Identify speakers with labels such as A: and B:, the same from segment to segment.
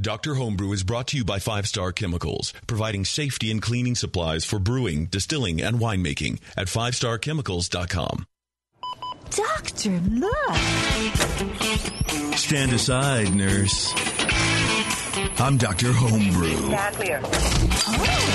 A: Dr. Homebrew is brought to you by Five Star Chemicals, providing safety and cleaning supplies for brewing, distilling, and winemaking at fivestarchemicals.com.
B: Doctor, look.
C: Stand aside, nurse. I'm Dr. Homebrew.
D: Stand clear.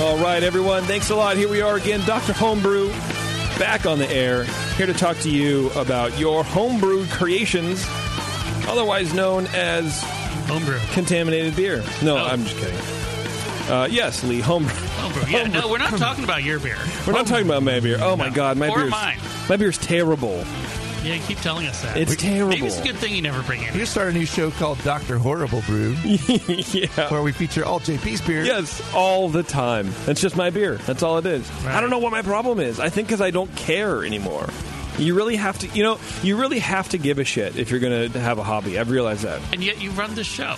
E: All right, everyone. Thanks a lot. Here we are again, Dr. Homebrew, back on the air, here to talk to you about your homebrewed creations, otherwise known as
F: Homebrew.
E: contaminated beer. No,
F: Oh.
E: I'm just kidding. Uh, yes, Lee, homebrew.
F: Homebrew. Yeah, no, we're not talking about your beer.
E: We're not talking about my beer. Oh my god, my
F: Or
E: beer's
F: mine.
E: my beer's terrible.
F: Yeah, you keep telling us that.
E: It's terrible.
F: Maybe it's a good thing you never bring
G: We
F: it.
G: just started a new show called Dr. Horrible Brew,
E: yeah.
G: where we feature all JP's beers.
E: Yes, all the time. That's just my beer. That's all it is. I don't know what my problem is. I think because I don't care anymore. You really have to, you know, you really have to give a shit if you're going to have a hobby. I've realized that.
F: And yet you run this show.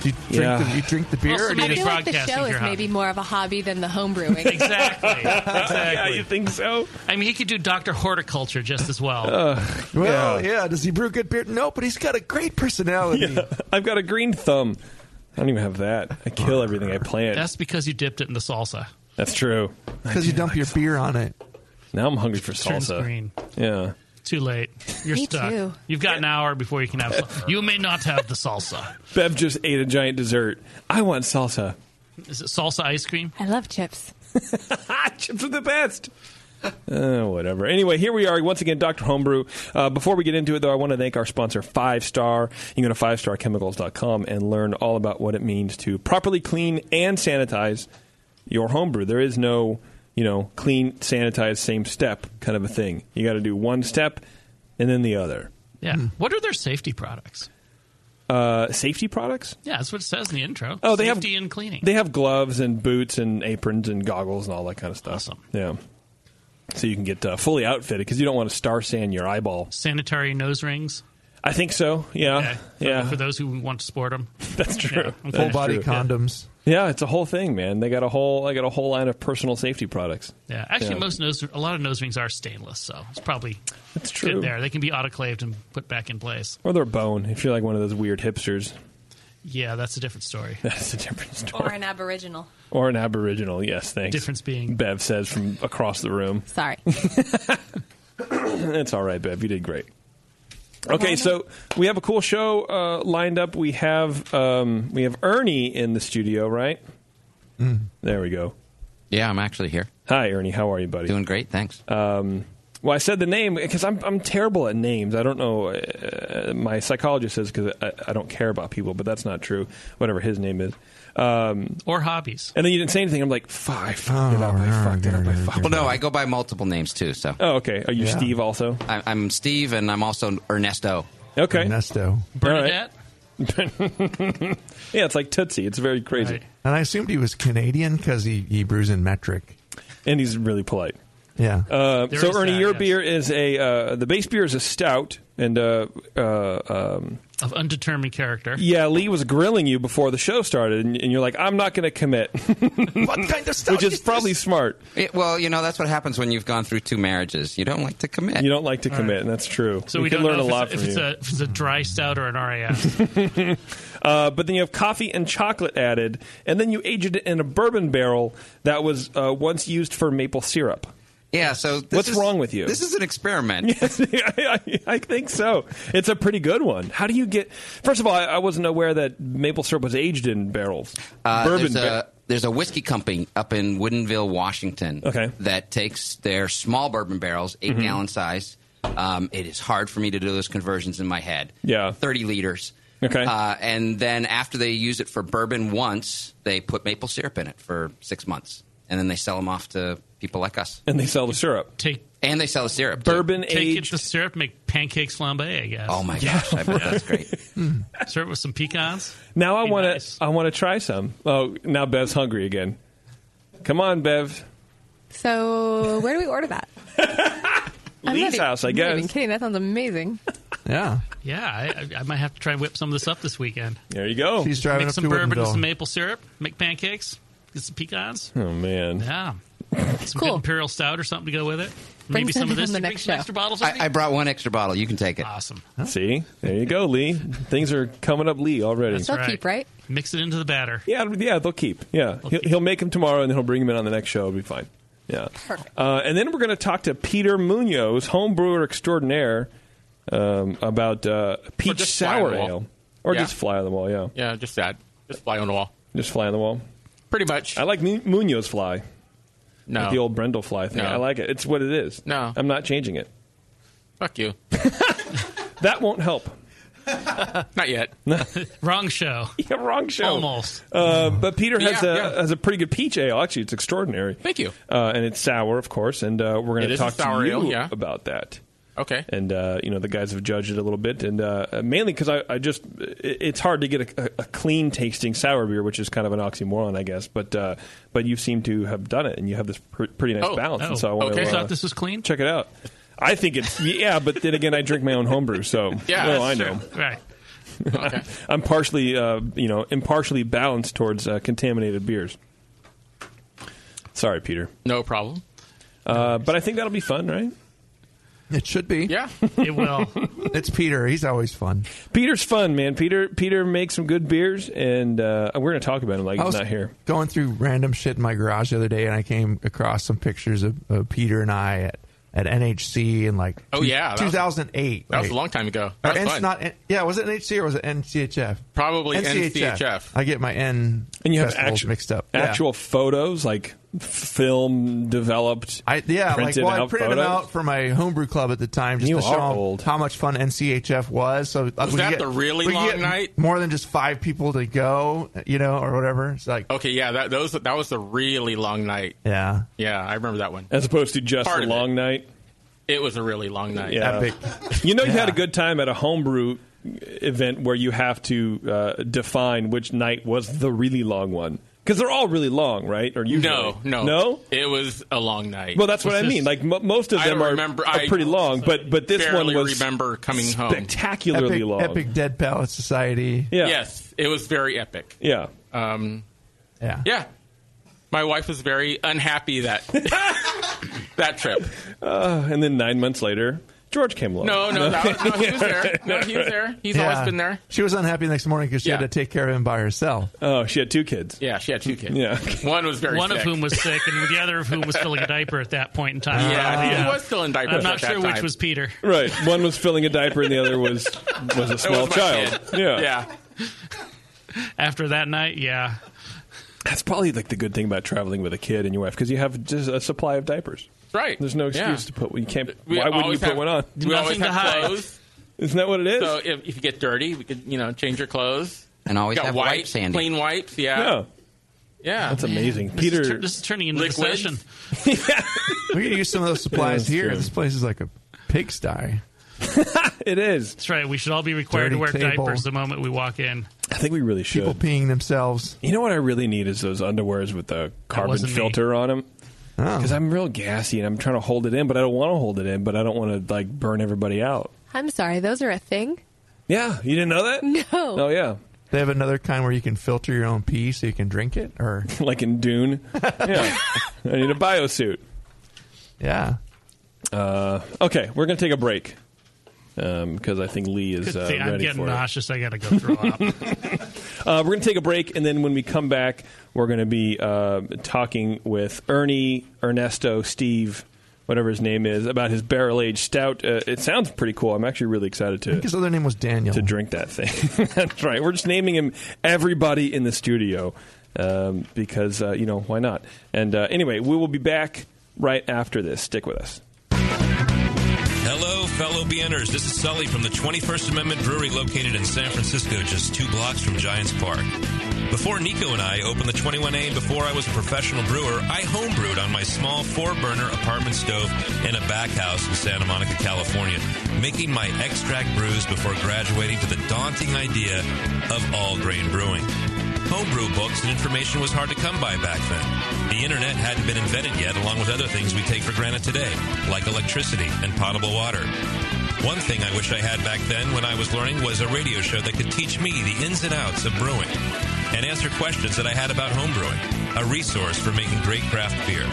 G: Do you drink,
E: Yeah.
G: the, you drink the beer?
F: Also
G: or do
F: maybe-
G: you
B: I feel like the
F: Broadcasting
B: show
F: your
B: is
F: hobby.
B: maybe more of a hobby than the home brewing.
F: Exactly.
E: Yeah, you
F: exactly.
E: think so?
F: I mean, he could do Dr. Horticulture just as well.
E: Uh.
G: just- well, yeah. Does he brew good beer? No, but he's got a great personality.
E: I've got a green thumb. I don't even have that. I kill everything I plant. That's,
F: That's because you dipped it in the salsa.
E: true.
G: Because you dump your beer on it.
E: Now I'm hungry for
F: Turns
E: salsa.
F: green.
E: Yeah.
F: Too late. You're
B: Me
F: stuck.
B: too.
F: You've got an hour before you can have. Salsa. You may not have the salsa.
E: Bev just ate a giant dessert. I want salsa.
F: Is it salsa ice cream?
B: I love chips.
E: Ah, chips are the best. Uh, whatever. Anyway, here we are once again, Dr. Homebrew. Uh, before we get into it, though, I want to thank our sponsor, Five Star. You can go to fivestarchemicals.com and learn all about what it means to properly clean and sanitize your homebrew. There is no, you know, clean, sanitize, same step kind of a thing. You got to do one step and then the other.
F: Yeah. What are their safety products?
E: Uh, safety products?
F: Yeah, that's what it says in the intro.
E: Oh, they have-
F: safety and cleaning.
E: They have gloves and boots and aprons and goggles and all that kind of stuff.
F: Awesome.
E: Yeah. So you can get uh, fully outfitted because you don't want to star sand your eyeball.
F: Sanitary nose rings.
E: I think so. Yeah.
F: Yeah. For,
E: Uh, yeah.
F: for those who want to sport them.
E: that's true.
F: Yeah.
G: Full body
E: true.
G: condoms.
E: Yeah, it's a whole thing, man. They got a whole. I got a whole line of personal safety products.
F: Yeah. Actually,
E: Yeah.
F: most nose, a lot of nose rings are stainless, so it's probably
E: That's
F: good
E: true.
F: there. They can be autoclaved and put back in place.
E: Or they're bone. If you're like one of those weird hipsters,
F: Yeah, that's a different story.
E: that's a different story.
B: Or an aboriginal.
E: Or an aboriginal. Yes, thanks.
F: Difference being-
E: Bev says from across the room.
B: Sorry.
E: It's all right, Bev. You did great. Okay, so we have a cool show uh, lined up. We have um, we have Ernie in the studio, right?
H: Hmm.
E: There we go.
H: Yeah, I'm actually here.
E: Hi, Ernie. How are you, buddy? Um,
H: Doing great, thanks.
E: Uh, Well, I said the name because I'm I'm terrible at names. I don't know. Uh, my psychologist says because I, I don't care about people, but that's not true. Whatever his name is. Um,
F: Or hobbies.
E: and then you didn't say anything. I'm like, fuck, I fucked it up. I
G: Oh,
E: fucked it up. I fucked
H: well,
E: it
H: Oh, no,
E: up.
H: I go by multiple names too. So
E: Oh, okay. Are you
G: Yeah.
E: Steve also?
H: I, I'm Steve, and I'm also Ernesto.
E: Okay.
G: Ernesto.
F: Bernadette.
E: Yeah, it's like Tootsie. It's very crazy,
F: Right.
G: And I assumed he was Canadian because he, he brews in metric.
E: and he's really polite.
G: Yeah.
E: Uh,
F: There
E: so
F: is
E: Ernie,
F: that,
E: your
F: yes.
E: beer is a uh, the base beer is a stout, and uh, uh, um,
F: Of undetermined character.
E: yeah, Lee was grilling you before the show started, and, and you're like, "I'm not going to commit,"
G: what kind of stuff?
E: which is probably smart.
H: It- well, you know that's what happens when you've gone through two marriages. You don't like to commit.
E: You don't like to commit, and that's true.
F: So
E: you
F: we,
E: can
F: don't
E: learn
F: know
E: a
F: if,
E: lot from
F: it's, if, it's
E: you.
F: a, if it's a dry stout or an RAS.
E: uh, but then you have coffee and chocolate added, and then you aged it in a bourbon barrel that was uh, once used for maple syrup.
H: Yeah. So this
E: What's
H: is-
E: wrong with you?
H: This is an experiment.
E: I, I- I think so. It's a pretty good one. How do you get? First of all, I, I wasn't aware that maple syrup was aged in barrels.
H: Uh,
E: bourbon.
H: There's
E: ba-
H: a, there's a whiskey company up in Woodinville, Washington,
E: Okay. Mm-hmm.
H: that takes their small bourbon barrels, 8 gallon size. Um, it is hard for me to do those conversions in my head.
E: Yeah.
H: 30 liters.
E: Okay.
H: Uh, and then after they use it for bourbon once, they put maple syrup in it for six months. And then they sell them off to people like us.
E: and they sell the syrup.
F: Take
H: And they sell the syrup. too.
E: bourbon
F: take it
E: aged.
F: to syrup, make pancakes flambe, I guess.
H: Oh my gosh, I bet that's great.
F: Serve it with some pecans.
E: now I
F: Be
E: want to.
F: nice.
E: I want to try some. Oh, now Bev's hungry again. Come on, Bev.
B: So where do we order that?
E: Lee's house, I
B: I'm Not even
E: guess.
B: kidding. That sounds amazing.
G: Yeah.
F: Yeah, I, I- I might have to try and whip some of this up this weekend.
E: There you go.
G: He's driving
F: Make
G: up
F: some
G: to
F: bourbon,
G: Woodinville.
F: with some maple syrup, make pancakes, get some pecans.
E: Oh man.
F: Yeah. Some
B: Cool.
F: good imperial stout or something to go with it.
B: Bring
F: Maybe some
B: some
F: of this.
B: on the
F: You bring
B: next
F: some
B: show.
F: extra bottles. with you?
H: I, I brought one extra bottle. You can take it.
F: awesome.
E: See, there you go, Lee. Things are coming up, Lee already.
B: They'll keep, right?
F: Mix it into the batter.
E: Yeah, yeah, they'll keep. Yeah, he'll,
F: keep.
E: he'll make them tomorrow, and then he'll bring them in on the next show. It'll be fine. Yeah.
B: Perfect.
E: Uh, and then we're going to talk to Peter Munoz, home brewer extraordinaire, um, about uh, peach
D: just fly on
E: sour
D: the wall.
E: ale, or
D: Yeah.
E: just fly on the wall. Yeah,
D: Yeah, just that. Just fly on the wall.
E: just fly on the wall.
D: Pretty much.
E: I like Mu- Munoz fly,
D: no.
E: Oh, the old Brendel fly thing.
D: No.
E: I like it. It's what it is.
D: No.
E: I'm not changing it.
D: Fuck you.
E: That won't help.
D: Not yet.
F: Wrong show.
E: Yeah, wrong show.
F: Almost.
E: Uh, but Peter has
D: Yeah,
E: a
D: yeah.
E: has a pretty good peach ale. Actually, it's extraordinary.
D: Thank you.
E: Uh, and it's sour, of course. And uh, we're going
D: It
E: to
D: is a
E: talk
D: sour
E: to you
D: ale, yeah.
E: about that.
D: Okay.
E: And uh, you know, the guys have judged it a little bit, and uh, mainly because I, I just it, it's hard to get a, a, a clean tasting sour beer, which is kind of an oxymoron, I guess. But uh, but you seem to have done it, and you have this pr- pretty nice
D: Oh,
E: balance.
F: oh,
E: and so I want
D: okay.
E: to
D: So
E: uh,
F: Thought this was clean.
E: check it out. I think it's yeah, but then again, I drink my own homebrew, so
D: Yeah,
E: well, I
D: that's
E: know.
F: Right.
D: Okay.
E: I'm partially, uh, you know, impartially balanced towards uh, contaminated beers. Sorry, Peter,
D: no problem.
E: uh, but I think that'll be fun, right?
G: It should be.
D: Yeah.
F: It will.
G: It's Peter. He's always fun.
E: Peter's fun, man. Peter Peter makes some good beers, and uh, we're going to talk about him like
G: I
E: he's
G: was
E: not here.
G: going through random shit in my garage the other day, and I came across some pictures of, of Peter and I at, at NHC in like
D: Oh,
G: two-
D: yeah, that was-
G: 2008.
D: That was a
G: like-
D: long time ago.
G: Or
D: That was
G: N-
D: fun.
G: Uh, not N- yeah, was it NHC or was it NCHF?
D: Probably NCHF.
G: I get my N
E: And you have
G: festivals
E: actu-
G: mixed up. Yeah.
E: Actual photos, like f- film developed.
G: I, yeah, like
E: printed
G: well, I
E: out
G: printed them
E: photos?
G: out for my homebrew club at the time, just
E: You
G: to show
E: are
G: 'em
E: old.
G: how much fun NCHF was. So uh, was
D: that the really long night?
G: More than just five people to go, you know, or whatever. It's like,
D: Okay. Yeah. That those that was the really long night.
G: yeah,
D: Yeah, I remember that one.
E: as opposed to just
D: Part
E: a
D: of
E: long
D: it.
E: night.
D: It was a really long night.
E: Yeah.
G: epic.
E: You know, you had a
G: Yeah.
E: good time at a homebrew event where you have to uh, define which night was the really long one because they're all really long, right? Or usually
D: No, no,
E: no.
D: It was a long night.
E: Well, that's what I
F: just-
E: mean. Like m- most of
D: I
E: them
D: don't
E: are,
D: remember.
E: are
D: I
E: pretty long, but but this one
D: barely
E: was
D: remember coming home.
E: spectacularly
G: epic,
E: long.
G: epic Dead Palette Society.
E: Yeah.
D: Yes, it was very epic.
E: Yeah. Uh,
D: Um,
G: Yeah.
D: yeah, my wife was very unhappy that that trip.
E: And then nine months later, George came along.
D: No, no, that was, no, he was there. No, he was there. He's
G: Yeah.
D: always been there.
G: She was unhappy the next morning because she
D: Yeah.
G: had to take care of him by herself.
E: Oh, she had two kids.
D: Yeah, she had two kids.
E: Yeah.
D: one was very
F: One of
D: sick.
F: whom was sick, and the other of whom was filling a diaper at that point in time.
D: Yeah, he was still in
F: Ah.
D: diapers
F: I'm not
D: at that
F: sure which
D: time.
F: was Peter.
E: Right. One was filling a diaper, and the other was was a
D: It was
E: small
D: my
E: child.
D: kid.
E: Yeah.
D: yeah.
F: After that night, yeah.
E: That's probably like the good thing about traveling with a kid and your wife because you have just a supply of diapers.
D: Right.
E: There's no excuse
D: Yeah.
E: to put. You can't.
D: We
E: why wouldn't you
D: always
E: put
D: have-
E: one on?
D: We always
F: Nothing to
D: have
F: hide.
D: clothes.
E: Isn't that what it is?
D: So if, if you get dirty, we could you know change your clothes.
H: And always
D: got
H: have
D: wipe,
H: wipes handy.
D: clean wipes. Yeah,
E: yeah.
D: yeah.
E: That's amazing.
F: This is,
E: Peter.
F: tur- this is turning into the
D: Liquids.
F: session.
G: We could use some of those supplies
E: Yeah, that's
G: here.
E: true.
G: This place is like a pigsty.
E: it is.
F: That's right. We should all be required
G: Dirty
F: to wear
G: table.
F: diapers the moment we walk in.
E: I think we really should.
G: People peeing themselves.
E: You know what I really need is those underwears with the carbon
F: wasn't me.
E: filter on 'em. on them.
G: Oh.
E: Because I'm real gassy and I'm trying to hold it in, but I don't want to hold it in, but I don't want to like burn everybody out.
B: I'm sorry. Those are a thing.
E: Yeah, you didn't know that?
B: No.
E: Oh yeah,
G: They have another kind where you can filter your own pee so you can drink it, or
E: like in Dune. Yeah, I need a biosuit.
G: yeah,
E: Okay, we're gonna take a break because I think Lee is
F: Good
E: uh,
F: thing.
E: ready
F: I'm getting
E: for
F: nauseous. I got to go throw up.
E: it. Uh, we're gonna take a break, and then when we come back, we're gonna be uh, talking with Ernie, Ernesto, Steve. Whatever his name is, about his barrel aged stout. Uh, it sounds pretty cool. I'm actually really excited to.
G: his other name was Daniel.
E: to drink that thing. That's right. We're just naming him everybody in the studio um, because, uh, you know, why not? And uh, anyway, we will be back right after this. Stick with us.
I: Hello, fellow BNers. This is Sully from the 21st Amendment Brewery located in San Francisco, just two blocks from Giants Park. Before Nico and I opened the 21A and before I was a professional brewer, I homebrewed on my small four burner apartment stove in a back house in Santa Monica, California, making my extract brews before graduating to the daunting idea of all grain brewing. Homebrew books and information was hard to come by back then. The internet hadn't been invented yet, along with other things we take for granted today, like electricity and potable water. One thing I wish I had back then when I was learning was a radio show that could teach me the ins and outs of brewing and answer questions that I had about homebrewing, a resource for making great craft beer.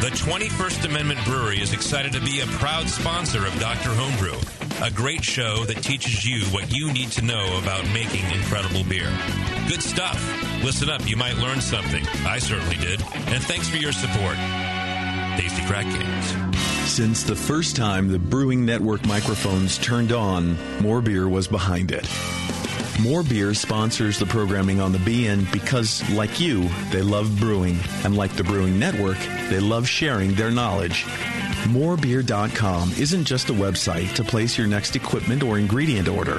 I: The 21st Amendment Brewery is excited to be a proud sponsor of Dr. Homebrew, a great show that teaches you what you need to know about making incredible beer. Good stuff. Listen up, you might learn something. I certainly did. And thanks for your support. Tasty Crack Games.
A: Since the first time the Brewing Network microphones turned on, More Beer was behind it. More Beer sponsors the programming on the BN because, like you, they love brewing, and like the Brewing Network, they love sharing their knowledge. Morebeer.com isn't just a website to place your next equipment or ingredient order.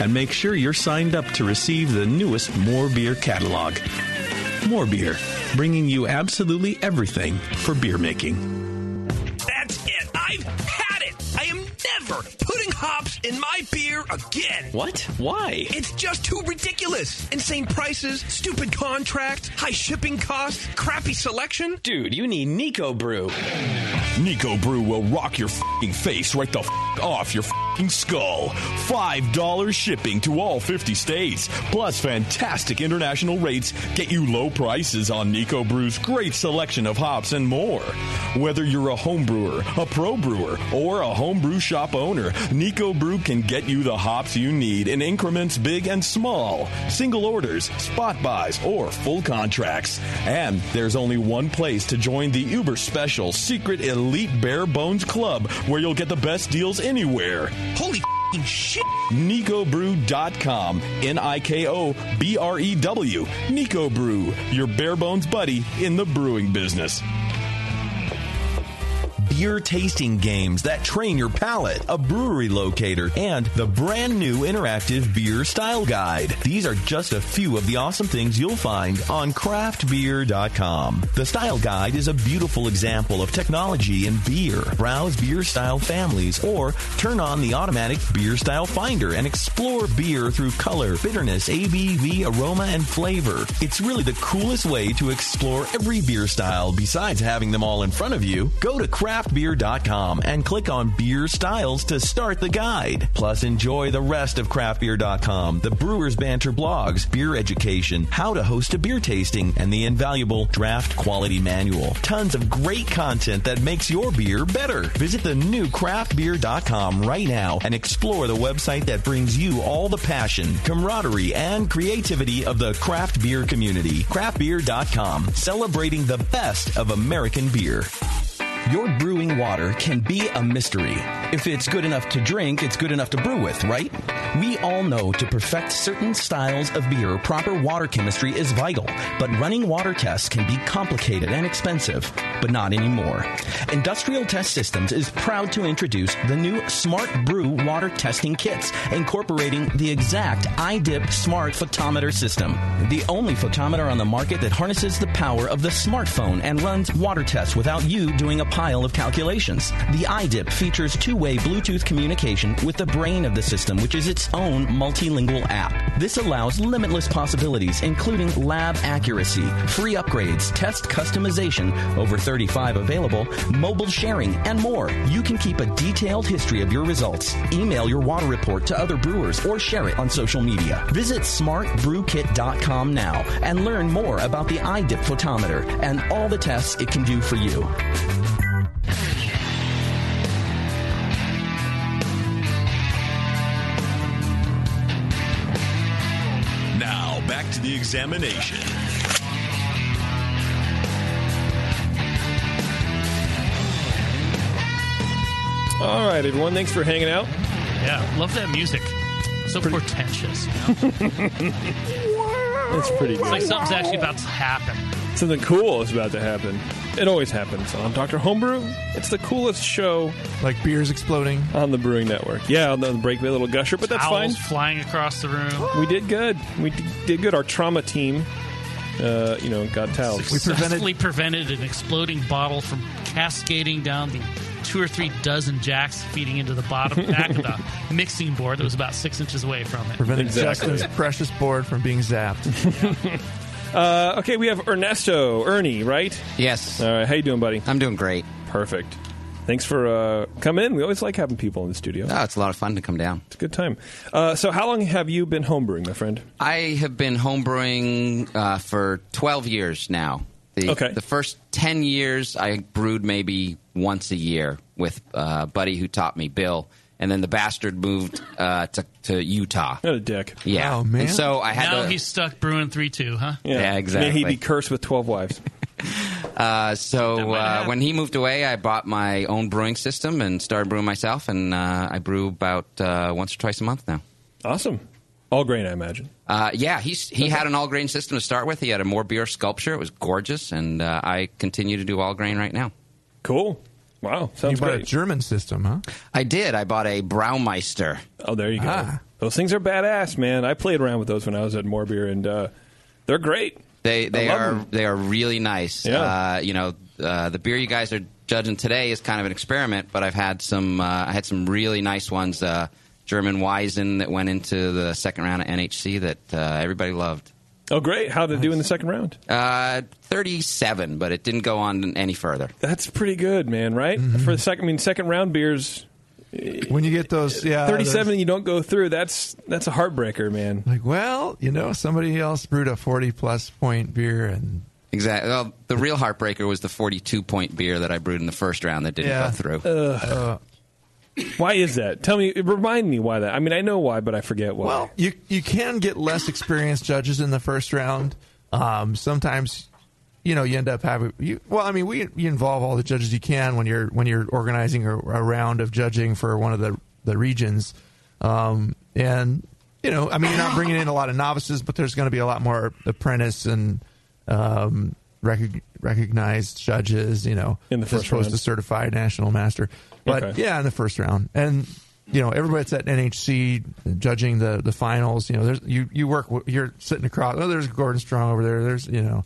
A: and make sure you're signed up to receive the newest More Beer catalog. More Beer, bringing you absolutely everything for beer making.
J: That's it. I've had it. I am never putting hops in my beer again.
K: What? Why?
J: It's just too ridiculous. Insane prices, stupid contracts, high shipping costs, crappy selection.
K: Dude, you need Nico Brew.
L: Nico Brew will rock your fing face right the f- off your fing skull. Five dollars shipping to all fifty states, plus fantastic international rates get you low prices on Nico Brew's great selection of hops and more. Whether you're a home brewer, a pro brewer, or a homebrew shop owner, Nico Brew can get you the hops you need in increments big and small, single orders, spot buys, or full contracts. And there's only one place to join the uber special secret elite bare bones club where you'll get the best deals anywhere.
J: Holy f***ing shit.
L: NicoBrew.com. E N I K O B R E W. Nico Brew, your bare bones buddy in the brewing business.
A: Beer tasting games that train your palate, a brewery locator, and the brand new interactive beer style guide. These are just a few of the awesome things you'll find on craftbeer.com. The style guide is a beautiful example of technology in beer. Browse beer style families or turn on the automatic beer style finder and explore beer through color, bitterness, ABV, aroma, and flavor. It's really the coolest way to explore every beer style besides having them all in front of you. Go to craftbeer.com and click on beer styles to start the guide. Plus, enjoy the rest of craftbeer.com, the Brewers Banter blogs, beer education, how to host a beer tasting, and the invaluable draft quality manual. Tons of great content that makes your beer better. Visit the new craftbeer.com right now and explore the website that brings you all the passion, camaraderie, and creativity of the craft beer community. Craftbeer.com, celebrating the best of American beer.
M: Your brewing water can be a mystery. If it's good enough to drink, it's good enough to brew with, right? We all know to perfect certain styles of beer, proper water chemistry is vital, but running water tests can be complicated and expensive, but not anymore. Industrial Test Systems is proud to introduce the new Smart Brew water testing kits, incorporating the exact iDip Smart Photometer system, the only photometer on the market that harnesses the power of the smartphone and runs water tests without you doing a pile of calculations. The iDip features two way Bluetooth communication with the brain of the system, which is its own multilingual app. This allows limitless possibilities, including lab accuracy, free upgrades, test customization, over 35 available, mobile sharing, and more. You can keep a detailed history of your results. Email your water report to other brewers or share it on social media. Visit smartbrewkit.com now and learn more about the iDip photometer and all the tests it can do for you.
A: Now, back to the examination.
E: All right, everyone. Thanks for hanging out.
F: Yeah, love that music. So portentous. you know?
E: That's pretty
F: It's
E: good.
F: like something's actually about to happen.
E: Something cool is about to happen. It always happens on Dr. Homebrew. It's the coolest show.
G: Like beers exploding.
E: On the Brewing Network. Yeah, on the break me a little gusher, but that's
F: Owls
E: fine.
F: flying across the room.
E: We did good. We d- did good. Our trauma team, uh, you know, got towels.
F: Successfully prevented an exploding bottle from cascading down the two or three dozen jacks feeding into the bottom back of the mixing board that was about six inches away from it.
G: Prevented
E: Exactly.
G: Justin's precious board from being zapped.
E: Uh, okay, we have Ernesto, Ernie, right?
H: Yes.
E: All right, how you doing, buddy?
H: I'm doing great.
E: Perfect. Thanks for uh, coming in. We always like having people in the studio.
H: Oh, it's a lot of fun to come down.
E: It's a good time. Uh, so, how long have you been homebrewing, my friend?
H: I have been homebrewing uh, for 12 years now. The, okay. The first 10 years, I brewed maybe once a year with uh, a buddy who taught me, Bill. And then the bastard moved uh, to, to Utah.
E: What a dick.
H: Yeah. And so I had
F: now
H: to.
F: he's stuck brewing three two, huh?
H: Yeah, exactly.
E: May he be cursed with 12 wives.
H: Uh, so uh, when he moved away, I bought my own brewing system and started brewing myself, and uh, I brew about uh, once or twice a month now.
E: Awesome. All grain, I imagine.
H: Uh, yeah, he's, he had an all grain system to start with. He had a more beer sculpture. It was gorgeous, and uh, I continue to do all grain right now.
E: Cool. Wow. Sounds
G: you bought a
H: great.
G: German system, huh?
H: I did. I bought a Braumeister.
E: Oh, there you go. Those things are badass, man. I played around with those when I was at Morbier, and uh, they're great.
H: They they
E: I love
H: are
E: them.
H: they are really nice.
E: Yeah.
H: Uh, you know, uh, the beer you guys are judging today is kind of an experiment, but I've had some uh, I had some really nice ones. Uh, German Weizen that went into the second round of NHC that uh, everybody loved.
E: Oh, great. How did it do in the second round?
H: Uh, Thirty-seven, but it didn't go on any further.
E: That's pretty good, man. Right for the second, I mean, second round beers.
G: When you get those, yeah,
E: thirty-seven, you don't go through. That's that's a heartbreaker, man.
G: Like, well, you know, somebody else brewed a 40 plus point beer and
H: Exactly. Well, the real heartbreaker was the forty-two point beer that I brewed in the first round that didn't
E: Yeah. Uh.
H: go through.
E: Ugh. why is that? Tell me, remind me why that. I mean, I know why, but I forget why.
G: Well, you you can get less experienced judges in the first round. Um, sometimes, you know, you end up having. You, well, I mean, we you involve all the judges you can when you're when you're organizing a, a round of judging for one of the the regions, um, and you know, I mean, you're not bringing in a lot of novices, but there's going to be a lot more apprentice and um, recog- recognized judges. You know,
E: In the
G: as
E: first
G: opposed
E: round.
G: to certified national master, but
E: Okay.
G: yeah yeah, in the first round, and you know everybody that's at NHC judging the the finals. You know, there's you you work. w- You're sitting across. Oh, there's Gordon Strong over there. There's you know,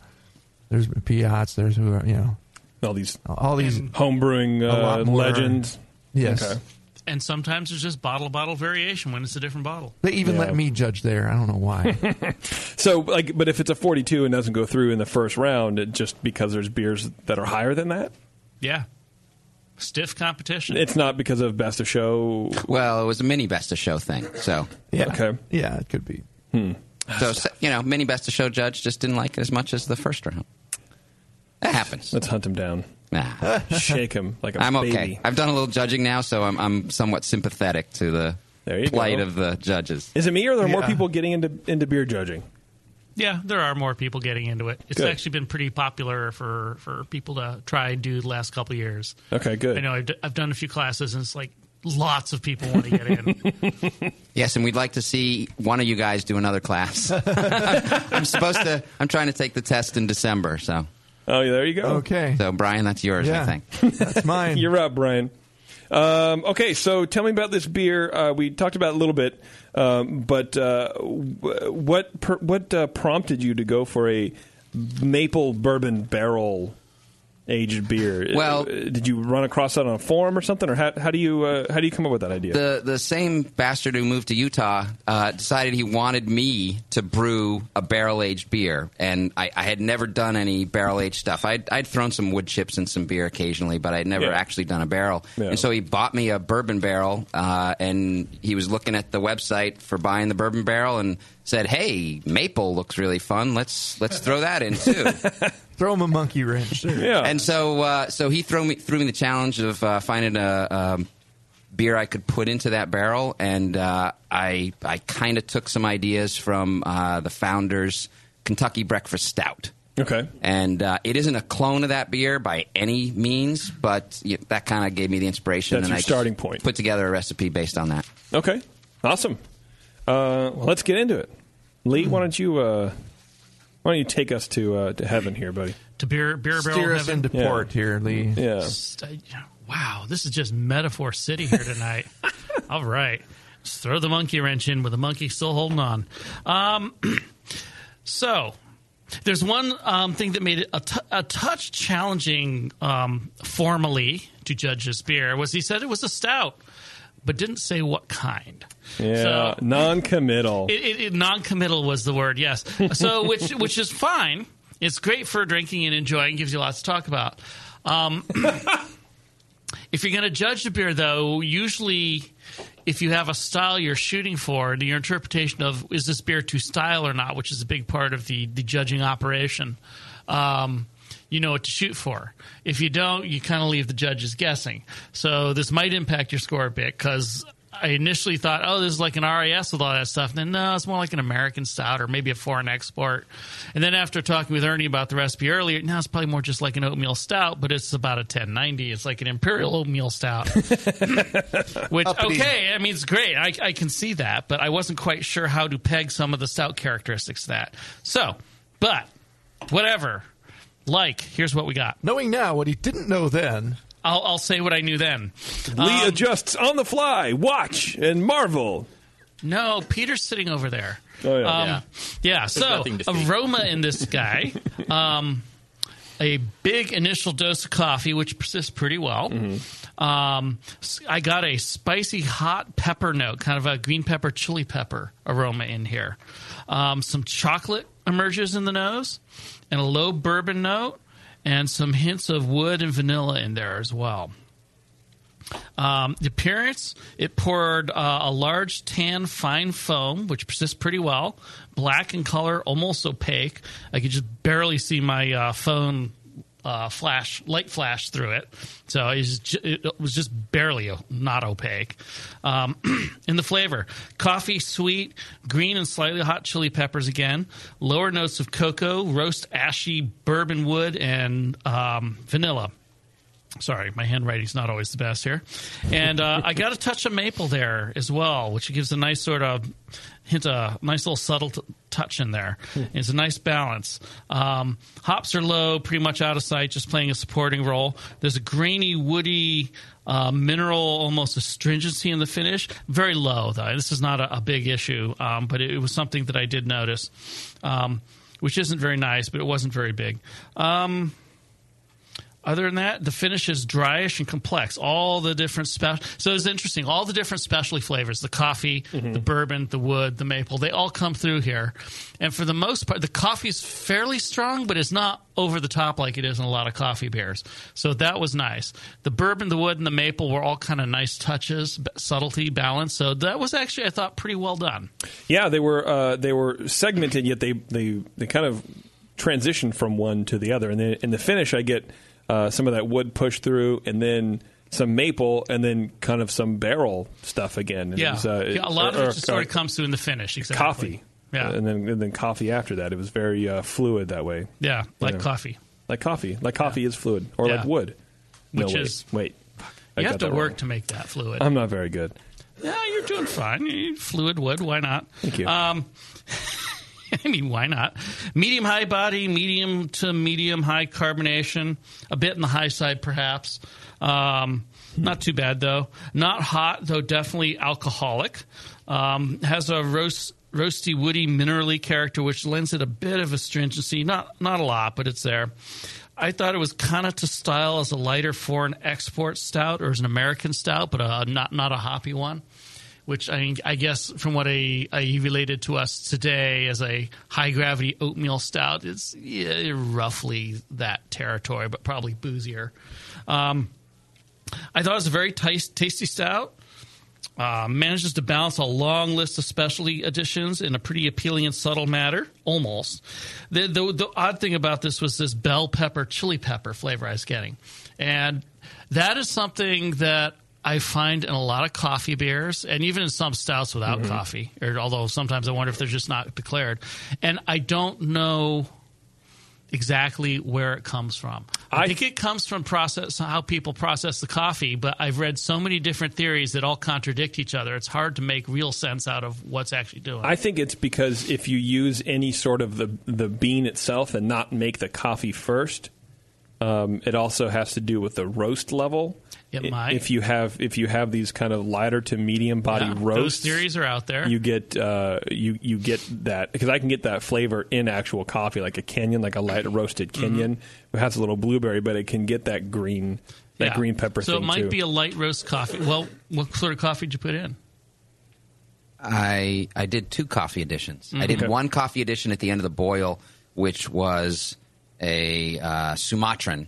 G: there's Piats. There's who you know,
E: all these
G: all these
E: homebrewing
G: a lot
E: uh,
G: more-
E: legends.
G: Yes,
E: Okay.
F: And sometimes there's just bottle to bottle variation when it's a different bottle.
G: they even let me judge there. I don't know why.
E: So, like, but if it's a forty-two and doesn't go through in the first round, it just because there's beers that are higher than that,
F: Yeah. Stiff competition.
E: it's not because of best of show.
H: Well, it was a mini best of show thing. So
G: yeah,
E: okay,
G: yeah, it could be.
H: Hmm. So se- you know, mini best of show judge just didn't like it as much as the first round. That happens.
E: Let's hunt him down.
H: Nah.
E: shake him like a
H: I'm
E: uh, baby.
H: okay. I've done a little judging now, so I'm, I'm somewhat sympathetic to the plight
E: go.
H: of the judges.
E: Is it me, or are there more
F: Yeah.
E: people getting into into beer judging?
F: Yeah, there are more people getting into it. It's
E: Good.
F: actually been pretty popular for, for people to try and do the last couple of years.
E: Okay, good.
F: I know I've, d- I've done a few classes, and it's like lots of people want to get in.
H: Yes, and we'd like to see one of you guys do another class. I'm supposed to. I'm trying to take the test in December. So.
E: Oh, yeah, there you go.
G: Okay.
H: So Brian, that's yours. I think.
G: That's mine.
E: You're up, Brian. Um, okay, so tell me about this beer. Uh, we talked about it a little bit, um, but uh, w- what per- what uh, prompted you to go for a maple bourbon barrel aged beer?
H: Well-
E: Uh, did you run across that on a forum or something, or how, how do you uh, how do you come up with that idea?
H: The the same bastard who moved to Utah uh, decided he wanted me to brew a barrel aged beer, and I, I had never done any barrel aged stuff. I'd, I'd thrown some wood chips in some beer occasionally, but I'd never
E: Yeah.
H: actually done a barrel.
E: Yeah.
H: And so he bought me a bourbon barrel, uh, and he was looking at the website for buying the bourbon barrel, and said, "Hey, maple looks really fun. Let's let's throw that in too."
G: Throw him a monkey wrench.
H: And so, uh, so he threw me threw me the challenge of uh, finding a um, beer I could put into that barrel, and uh, I I kind of took some ideas from uh, the founders Kentucky Breakfast Stout.
E: Okay.
H: And uh, it isn't a clone of that beer by any means, but y that kind of gave me the inspiration.
E: That's
H: and
E: your
H: I
E: starting point.
H: Put together a recipe based on that.
E: Okay, awesome. Uh, well, let's get into it. Lee, why don't you uh, Why don't you take us to uh, to heaven here, buddy?
F: To beer, beer barrel
G: Steer us
F: heaven. uh,
G: into port here, Lee.
E: Yeah.
F: Wow, this is just metaphor city here tonight. All right. Let's throw the monkey wrench in with the monkey still holding on. Um, so, there's one um, thing that made it a, t- a touch challenging um, formally to judge this beer was he said it was a stout, but didn't say what kind.
E: Yeah,
F: So-
E: non-committal.
F: It, it, it, non-committal was the word, yes. So, which which is fine. It's great for drinking and enjoying. Gives you lots to talk about. Um, if you're going to judge the beer, though, usually if you have a style you're shooting for, and your interpretation of is this beer to style or not, which is a big part of the the judging operation. Um, you know what to shoot for. If you don't, you kind of leave the judges guessing. So this might impact your score a bit because I initially thought, oh, this is like an RAS with all that stuff. And then, no, it's more like an American stout or maybe a foreign export. And then after talking with Ernie about the recipe earlier, now it's probably more just like an oatmeal stout, but it's about a 1090. It's like an imperial oatmeal stout. Which,
N: Uppity.
F: okay, I mean, it's great. I, I can see that, but I wasn't quite sure how to peg some of the stout characteristics of that. So, but whatever. Like, here's what we got.
G: Knowing now what he didn't know then.
F: I'll, I'll say what I knew then.
E: Lee
F: um,
E: adjusts on the fly. Watch and marvel.
F: No, Peter's sitting over there.
E: Oh, yeah.
F: Um,
E: Yeah.
F: yeah. So
E: nothing to see.
F: aroma in this guy, um, a big initial dose of coffee, which persists pretty well.
E: Mm-hmm.
F: Um, s- I got a spicy hot pepper note, kind of a green pepper, chili pepper aroma in here. Um, some chocolate emerges in the nose, and a low bourbon note, and some hints of wood and vanilla in there as well. Um, the appearance, it poured uh, a large tan fine foam, which persists pretty well, black in color, almost opaque. I could just barely see my uh, phone uh, flash, light flash through it. So it was just, it was just barely o- not opaque. Um, in the flavor, coffee, sweet, green, and slightly hot chili peppers again, lower notes of cocoa, roast, ashy, bourbon wood, and um, vanilla. Sorry, my handwriting's not always the best here. And uh, I got a touch of maple there as well, which gives a nice sort of hint, a nice little subtle t- touch in there. It's a nice balance. Um, hops are low, pretty much out of sight, just playing a supporting role. There's a grainy, woody, uh, mineral, almost astringency in the finish. Very low, though. This is not a, a big issue, um, but it, it was something that I did notice, um, which isn't very nice, but it wasn't very big. Um, other than that, the finish is dryish and complex. All the different special, so it's interesting. All the different specialty flavors: the coffee,
E: Mm-hmm.
F: the bourbon, the wood, the maple. They all come through here, and for the most part, the coffee is fairly strong, but it's not over the top like it is in a lot of coffee beers. So that was nice. The bourbon, the wood, and the maple were all kind of nice touches, b- subtlety, balance. So that was actually, I thought, pretty well done.
E: Yeah, they were uh, they were segmented, yet they they they kind of transitioned from one to the other. And then in the finish, I get uh, some of that wood pushed through, and then some maple, and then kind of some barrel stuff again. And it
F: Yeah,
E: was, uh,
F: Yeah, a lot of
E: or-
F: it just
E: or-
F: sort of comes through in the finish. Exactly.
E: coffee.
F: Yeah.
E: and then and then coffee after that. It was very uh, fluid that way.
F: Yeah,
E: You
F: like
E: know.
F: coffee.
E: Like coffee. Like coffee is fluid, or like
F: Yeah.
E: wood. No,
F: Which
E: wait,
F: is-
E: wait. I
F: You
E: got
F: have to
E: that
F: work
E: wrong.
F: to make that fluid.
E: I'm not very good.
F: Yeah, you're doing fine. You- Fluid wood, why not?
E: Thank you.
F: Um, I mean, why not? Medium high body, medium to medium high carbonation, a bit in the high side perhaps. Um, not too bad though. Not hot though, definitely alcoholic. Um, has a roast, roasty, woody, minerally character, which lends it a bit of astringency. Not not a lot, but it's there. I thought it was kind of to style as a lighter foreign export stout or as an American stout, but uh not not a hoppy one which I, mean, I guess from what I, I related to us today as a high gravity oatmeal stout, it's yeah, roughly that territory, but probably boozier. Um, I thought it was a very tis- tasty stout. Uh, manages to balance a long list of specialty additions in a pretty appealing and subtle manner, almost. The, the, the odd thing about this was this bell pepper, chili pepper flavor I was getting. And that is something that I find in a lot of coffee beers and even in some stouts without
N: Mhm.
F: coffee, or, although sometimes I wonder if they're just not declared. And I don't know exactly where it comes from. I, think it comes from process how people process the coffee, but I've read so many different theories that all contradict each other. It's hard to make real sense out of what's actually doing.
E: I think it's because if you use any sort of the the bean itself and not make the coffee first, um, it also has to do with the roast level.
F: It
E: I-
F: might.
E: If you have if you have these kind of lighter to medium body
F: Yeah, those
E: roasts,
F: theories are out there.
E: You get uh, you you get that because I can get that flavor in actual coffee, like a Kenyan, like a light
F: Mm-hmm.
E: roasted Kenyan, who has a little blueberry, but it can get that green that
F: Yeah.
E: green pepper.
F: So
E: thing
F: it might
E: too.
F: be a light roast coffee. Well, what sort of coffee did you put in?
H: I I did two coffee editions. I
F: Mm.
H: did
F: Okay.
H: one coffee edition at the end of the boil, which was a uh, Sumatran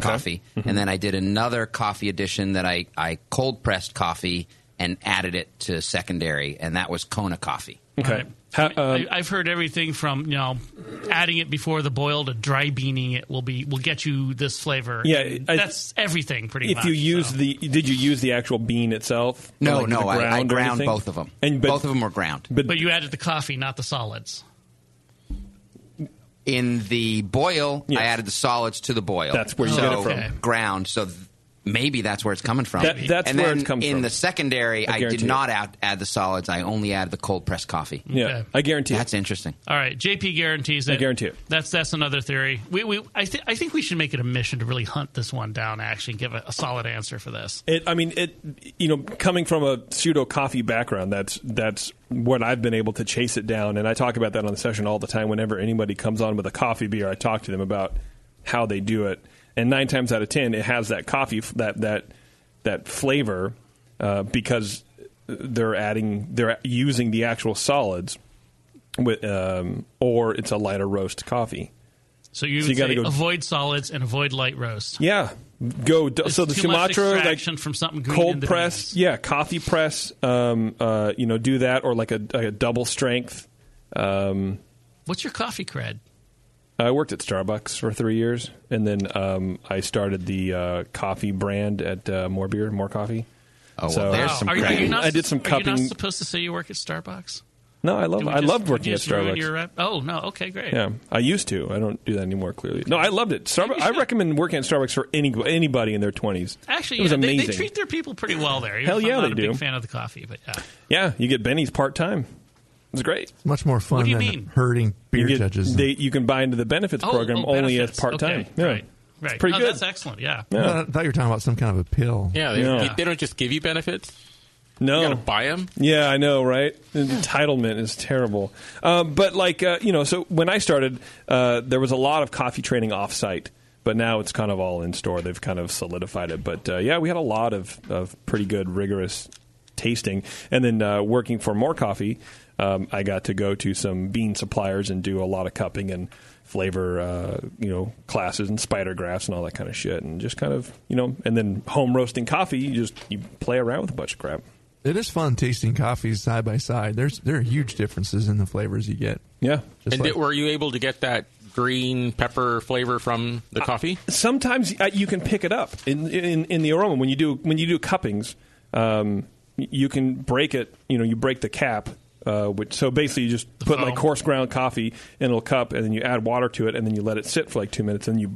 H: coffee,
E: Mm-hmm.
H: and then I did another coffee edition that I I cold pressed coffee and added it to secondary, and that was Kona coffee.
E: Okay. um,
F: I, I've heard everything from you know, adding it before the boil to dry beaning it will be will get you this flavor.
E: Yeah,
F: And
E: I-
F: that's everything pretty
E: if
F: much.
E: you use the did you use the actual bean itself?
H: No,
E: Like,
H: no,
E: the
H: I- I
E: ground or
H: ground
E: anything?
H: both of 'em.
E: And but,
H: Both of them were ground.
E: But,
F: but you added the coffee, not the solids.
H: In the boil, I added the solids to the boil.
E: That's where you
H: so
E: get it from.
H: Ground. So th- maybe that's where it's coming from.
E: That- that's
H: and
E: where
H: then
E: it comes
H: in
E: from.
H: the secondary,
E: I
H: I, did
E: guarantee it.
H: not add, add the solids. I only added the cold pressed coffee.
E: Yeah, I guarantee.
H: That's interesting.
F: All right, JP guarantees it.
H: I guarantee it.
F: That's that's another theory. We, we I, th- I think we should make it a mission to really hunt this one down. Actually, and give a, a solid answer for this.
E: It, I mean, it. You know, coming from a pseudo coffee background, that's that's what I've been able to chase it down, and I talk about that on the session all the time. Whenever anybody comes on with a coffee beer, I talk to them about how they do it, and nine times out of ten, it has that coffee f- that that that flavor uh, because they're adding they're using the actual solids, with um, or it's a lighter roast coffee.
F: So you,
E: So
F: would
E: you gotta
F: say
E: go-
F: avoid solids and avoid light roast.
E: Yeah, go d- so the
F: There's too much
E: Sumatra like
F: extraction from something green in
E: cold
F: the
E: press, yeah, coffee press, um, uh, you know, do that or like a, a double strength. Um,
F: What's your coffee cred?
E: I worked at Starbucks for three years, and then um, I started the uh, coffee brand at uh, More Beer, More Coffee.
H: Oh, well, there's some
F: Are, you- are you not,
E: I did some
F: Are you
E: cupping.
F: not supposed to say you work at Starbucks?
E: No, I love
F: Did we
E: I
F: just-
E: loved
F: did
E: working
F: you
E: at
F: just ruin
E: Starbucks.
F: your rep- oh no, okay, great.
E: Yeah, I used to. I don't do that anymore. Clearly, no, I loved it. Starbucks, I recommend working at Starbucks for any anybody in their twenties.
F: Actually,
E: it was
F: yeah, they-
E: amazing.
F: They, treat their people pretty well there. even
E: Hell
F: if
E: yeah,
F: I'm not
E: they
F: a
E: do.
F: Big fan of the coffee, but yeah.
E: yeah, you get Benny's part time. It's great.
G: It's much more fun
E: do you
G: than
E: mean?
G: hurting beer
E: you get-
G: judges.
E: They, you can buy into the benefits
F: Oh,
E: program
F: oh,
E: only
F: benefits.
E: as part time.
F: Okay,
E: yeah.
F: right,
E: It's
F: right.
E: pretty
F: No,
E: good.
F: That's excellent. Yeah.
E: Yeah.
G: Uh, I thought you were talking about some kind of a pill.
D: Yeah, they,
E: Yeah.
D: they don't just give you benefits.
E: No.
D: You gotta buy them.
E: Yeah, I know, right? Entitlement is terrible. Um, but like, uh, you know, so when I started, uh, there was a lot of coffee training offsite, but now it's kind of all in store. They've kind of solidified it. But uh, yeah, we had a lot of, of pretty good, rigorous tasting, and then uh, working for more coffee, um, I got to go to some bean suppliers and do a lot of cupping and flavor, uh, you know, classes and spider graphs and all that kind of shit, and just kind of, you know, and then home roasting coffee. You just you play around with a bunch of crap.
G: It is fun tasting coffees side by side. There's there are huge differences in the flavors you get.
E: Yeah,
G: Just
D: and
G: like-
D: di- were you able to get that green pepper flavor from
F: Uh,
D: the coffee?
E: sometimes uh, you can pick it up in, in in the aroma when you do when you do cuppings. Um, y- you can break it. You know, you break the cap. Uh, which so basically you just put like
F: foam.
E: coarse ground coffee in a cup, and then you add water to it, and then you let it sit for like two minutes, and you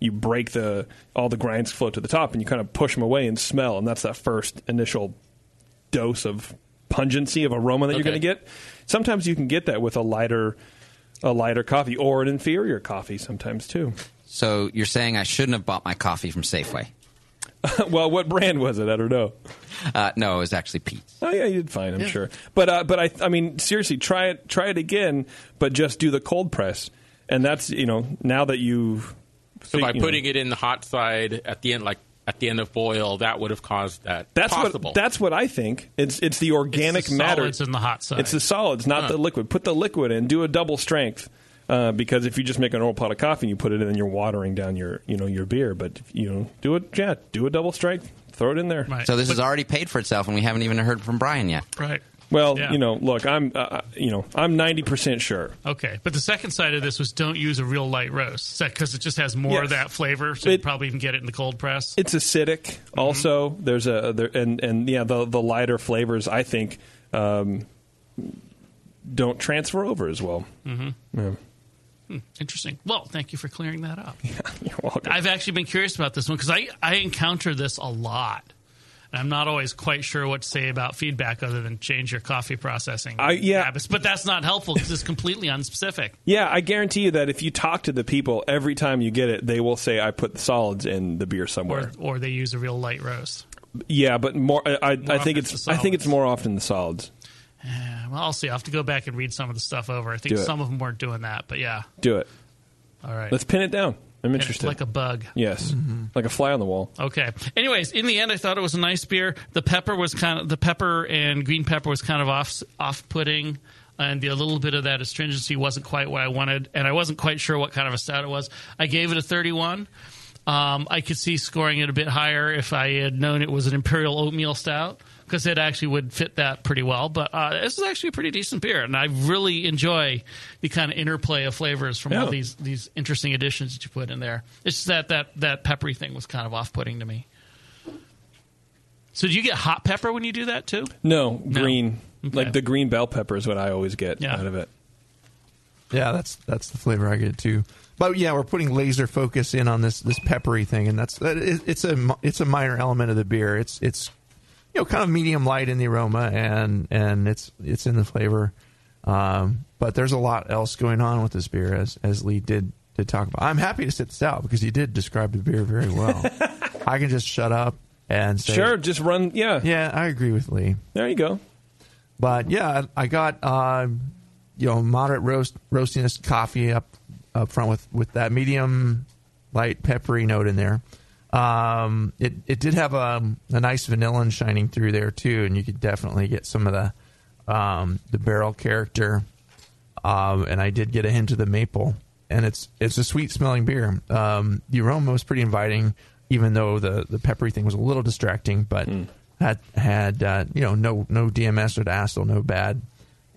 E: you break the all the grinds float to the top, and you kind of push them away and smell, and that's that first initial dose of pungency of aroma that you're
D: Okay.
E: going to get. Sometimes you can get that with a lighter a lighter coffee or an inferior coffee sometimes too.
H: So you're saying I shouldn't have bought my coffee from Safeway?
E: well, what brand was it? I don't know.
H: Uh, no, it was actually Pete's.
E: Oh yeah, you did fine, I'm sure. But uh, but I I mean seriously, try it try it again, but just do the cold press, and that's you know now that you
D: So by putting it in the hot side at the end, like at the end of boil, that would have caused that.
E: that's
D: possible.
E: what that's what I think. It's it's the organic
F: It's the
E: matter.
F: solids in the hot side.
E: It's the solids, not
F: Huh.
E: the liquid. Put the liquid in. Do a double strength. Uh, because if you just make a normal pot of coffee and you put it in, then you're watering down your, you know, your beer. But you know, do it, yeah, do a double strength, throw it in there.
H: So this has already paid for itself, and we haven't even heard from Brian yet.
F: Right.
E: Well,
F: Yeah.
E: you know, look, I'm, uh, you know, I'm ninety percent sure.
F: Okay, but the second side of this was don't use a real light roast because it just has more of
E: Yes.
F: that flavor. So you probably even get it in the cold press.
E: It's acidic.
F: Mm-hmm.
E: Also, there's a there, and and yeah, the the lighter flavors I think um, don't transfer over as well.
F: Mhm.
E: Yeah.
F: Hmm, interesting. Well, thank you for clearing that up.
E: You're welcome.
F: Mm-hmm. I've actually been curious about this one because I, I encounter this a lot. And I'm not always quite sure what to say about feedback other than change your coffee processing
E: I- yeah.
F: habits. But that's not helpful because it's completely unspecific.
E: Yeah, I guarantee you that if you talk to the people every time you get it, they will say, "I put the solids in the beer somewhere."
F: Or, or they use a real light roast.
E: yeah, but more, I, I, I
F: often
E: think
F: it's
E: it's,
F: the
E: I think it's more often the solids.
F: Yeah, well, I'll see. I'll have to go back and read some of the stuff over. I think
E: Do it.
F: some of them weren't doing that. But yeah.
E: Do it.
F: All right.
E: Let's pin it down. I'm
F: Pin it
E: interested.
F: like a bug.
E: Yes, like a fly on the wall.
F: Okay. Anyways, in the end, I thought it was a nice beer. The pepper was kind of the pepper and green pepper was kind of off off putting, and the, a little bit of that astringency wasn't quite what I wanted, and I wasn't quite sure what kind of a stout it was. I gave it a thirty one. Um, I could see scoring it a bit higher if I had known it was an imperial oatmeal stout because it actually would fit that pretty well. But uh, this is actually a pretty decent beer, and I really enjoy the kind of interplay of flavors from all
E: Yeah.
F: these these interesting additions that you put in there. It's just that that that peppery thing was kind of off putting to me. So do you get hot pepper when you do that too?
E: No, green,
F: Okay.
E: like the green bell pepper is what I always get
F: Yeah.
E: out of it.
G: Yeah, that's that's the flavor I get too. But yeah, we're putting laser focus in on this this peppery thing, and that's that is, it's a mi- it's a minor element of the beer. It's it's you know kind of medium light in the aroma, and and it's it's in the flavor. Um, but there's a lot else going on with this beer, as as Lee did did talk about. I'm happy to sit this out because he did describe the beer very well. I can just shut up and say,
E: Sure, just run. Yeah,
G: yeah, I agree with Lee.
E: There you go.
G: But yeah, I I got uh, you know moderate roast roastiness coffee up up front with with that medium light peppery note in there. Um, it it did have a, a nice vanillin shining through there too, and you could definitely get some of the um, the barrel character. Um, and I did get a hint of the maple, and it's it's a sweet smelling beer. Um, the aroma was pretty inviting, even though the the peppery thing was a little distracting, but had had uh, you know no no DMS or diacetyl, no bad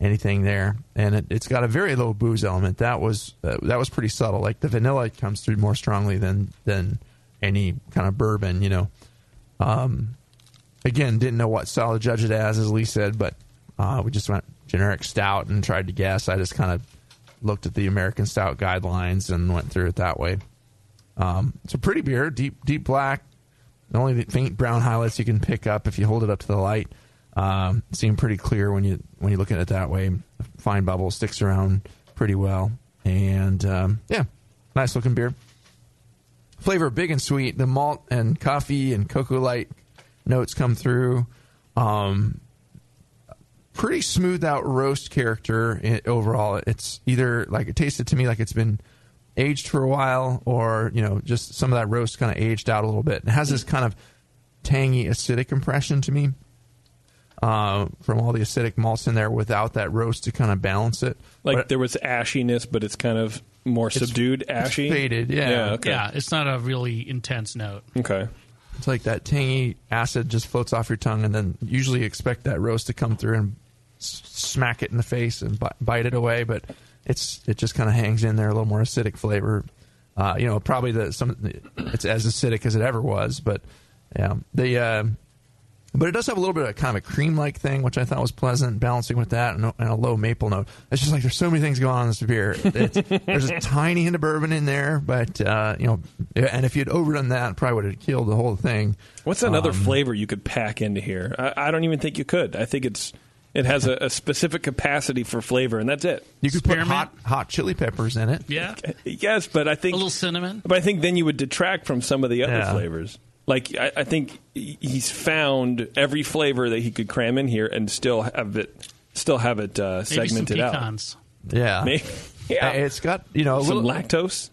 G: anything there, and it, it's got a very low booze element. That was uh, that was pretty subtle. Like the vanilla comes through more strongly than than any kind of bourbon, you know. Um, again, didn't know what style to judge it as, as Lee said, but uh, we just went generic stout and tried to guess. I just kind of looked at the American Stout guidelines and went through it that way. Um, it's a pretty beer, deep deep black. The only faint brown highlights you can pick up if you hold it up to the light um, seem pretty clear when you when you look at it that way. Fine bubble sticks around pretty well, and um, yeah, nice looking beer flavor big and sweet. The malt and coffee and cocoa light notes come through. Um, pretty smooth out roast character i overall. It's either like it tasted to me like it's been aged for a while, or you know, just some of that roast kind of aged out a little bit. It has this kind of tangy acidic impression to me uh, from all the acidic malts in there, without that roast to kind of balance it.
E: Like there was ashiness, but it's kind of more subdued, ashy,
G: faded, yeah.
E: yeah, okay.
F: Yeah, it's not a really intense note.
E: Okay.
G: It's like that tangy acid just floats off your tongue, and then usually expect that roast to come through and s- smack it in the face and bi- bite it away. But it's it just kind of hangs in there, a little more acidic flavor. Uh, you know, probably the some it's as acidic as it ever was, but yeah, the uh, but it does have a little bit of kind of a cream like thing, which I thought was pleasant, balancing with that and, a- and a low maple note. It's just like there's so many things going on in this beer. It's, there's a tiny hint of bourbon in there, but uh, you know, and if you'd overdone that, it probably would have killed the whole thing.
E: What's another
G: Um,
E: flavor you could pack into here? I, I don't even think you could. I think it's it has a, a specific capacity for flavor, and that's it.
G: You could put hot hot chili peppers in it.
F: Yeah.
E: Yes, but I think a little
F: cinnamon.
E: But I think then you would detract from some of the other
G: Yeah.
E: flavors. Like I, I think he- he's found every flavor that he could cram in here and still have it, still have it uh,
F: Maybe some
E: segmented
F: pecans.
G: Yeah. Uh,
E: out. Maybe, yeah,
G: it's got you know a
E: Some
G: little
E: lactose.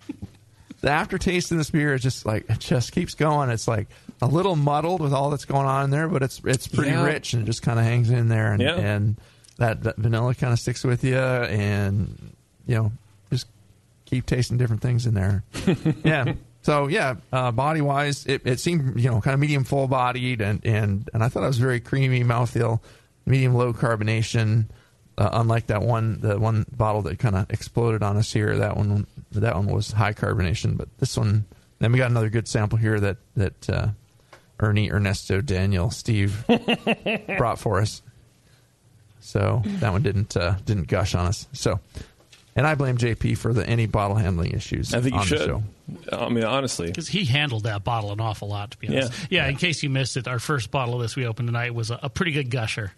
G: The aftertaste in this beer is just like it just keeps going. It's like a little muddled with all that's going on in there, but it's it's pretty
E: Yeah.
G: rich and it just kind of hangs in there and
E: Yeah.
G: and that, that vanilla kind of sticks with you and you know just keep tasting different things in there. yeah. So yeah, uh, body wise, it, it seemed you know kind of medium full bodied and and and I thought it was very creamy mouthfeel, medium low carbonation. Uh, unlike that one, the one bottle that kind of exploded on us here, that one that one was high carbonation, but this one. Then we got another good sample here that that uh, Ernie, Ernesto, Daniel, Steve brought for us. So that one didn't uh, didn't gush on us. So And I blame JP for the any bottle handling issues.
E: I think you
G: on the
E: should.
G: show.
E: I mean, honestly,
F: Because he handled that bottle an awful lot, to be honest. Yeah. in case you missed it, our first bottle of this we opened tonight was a, a pretty good gusher.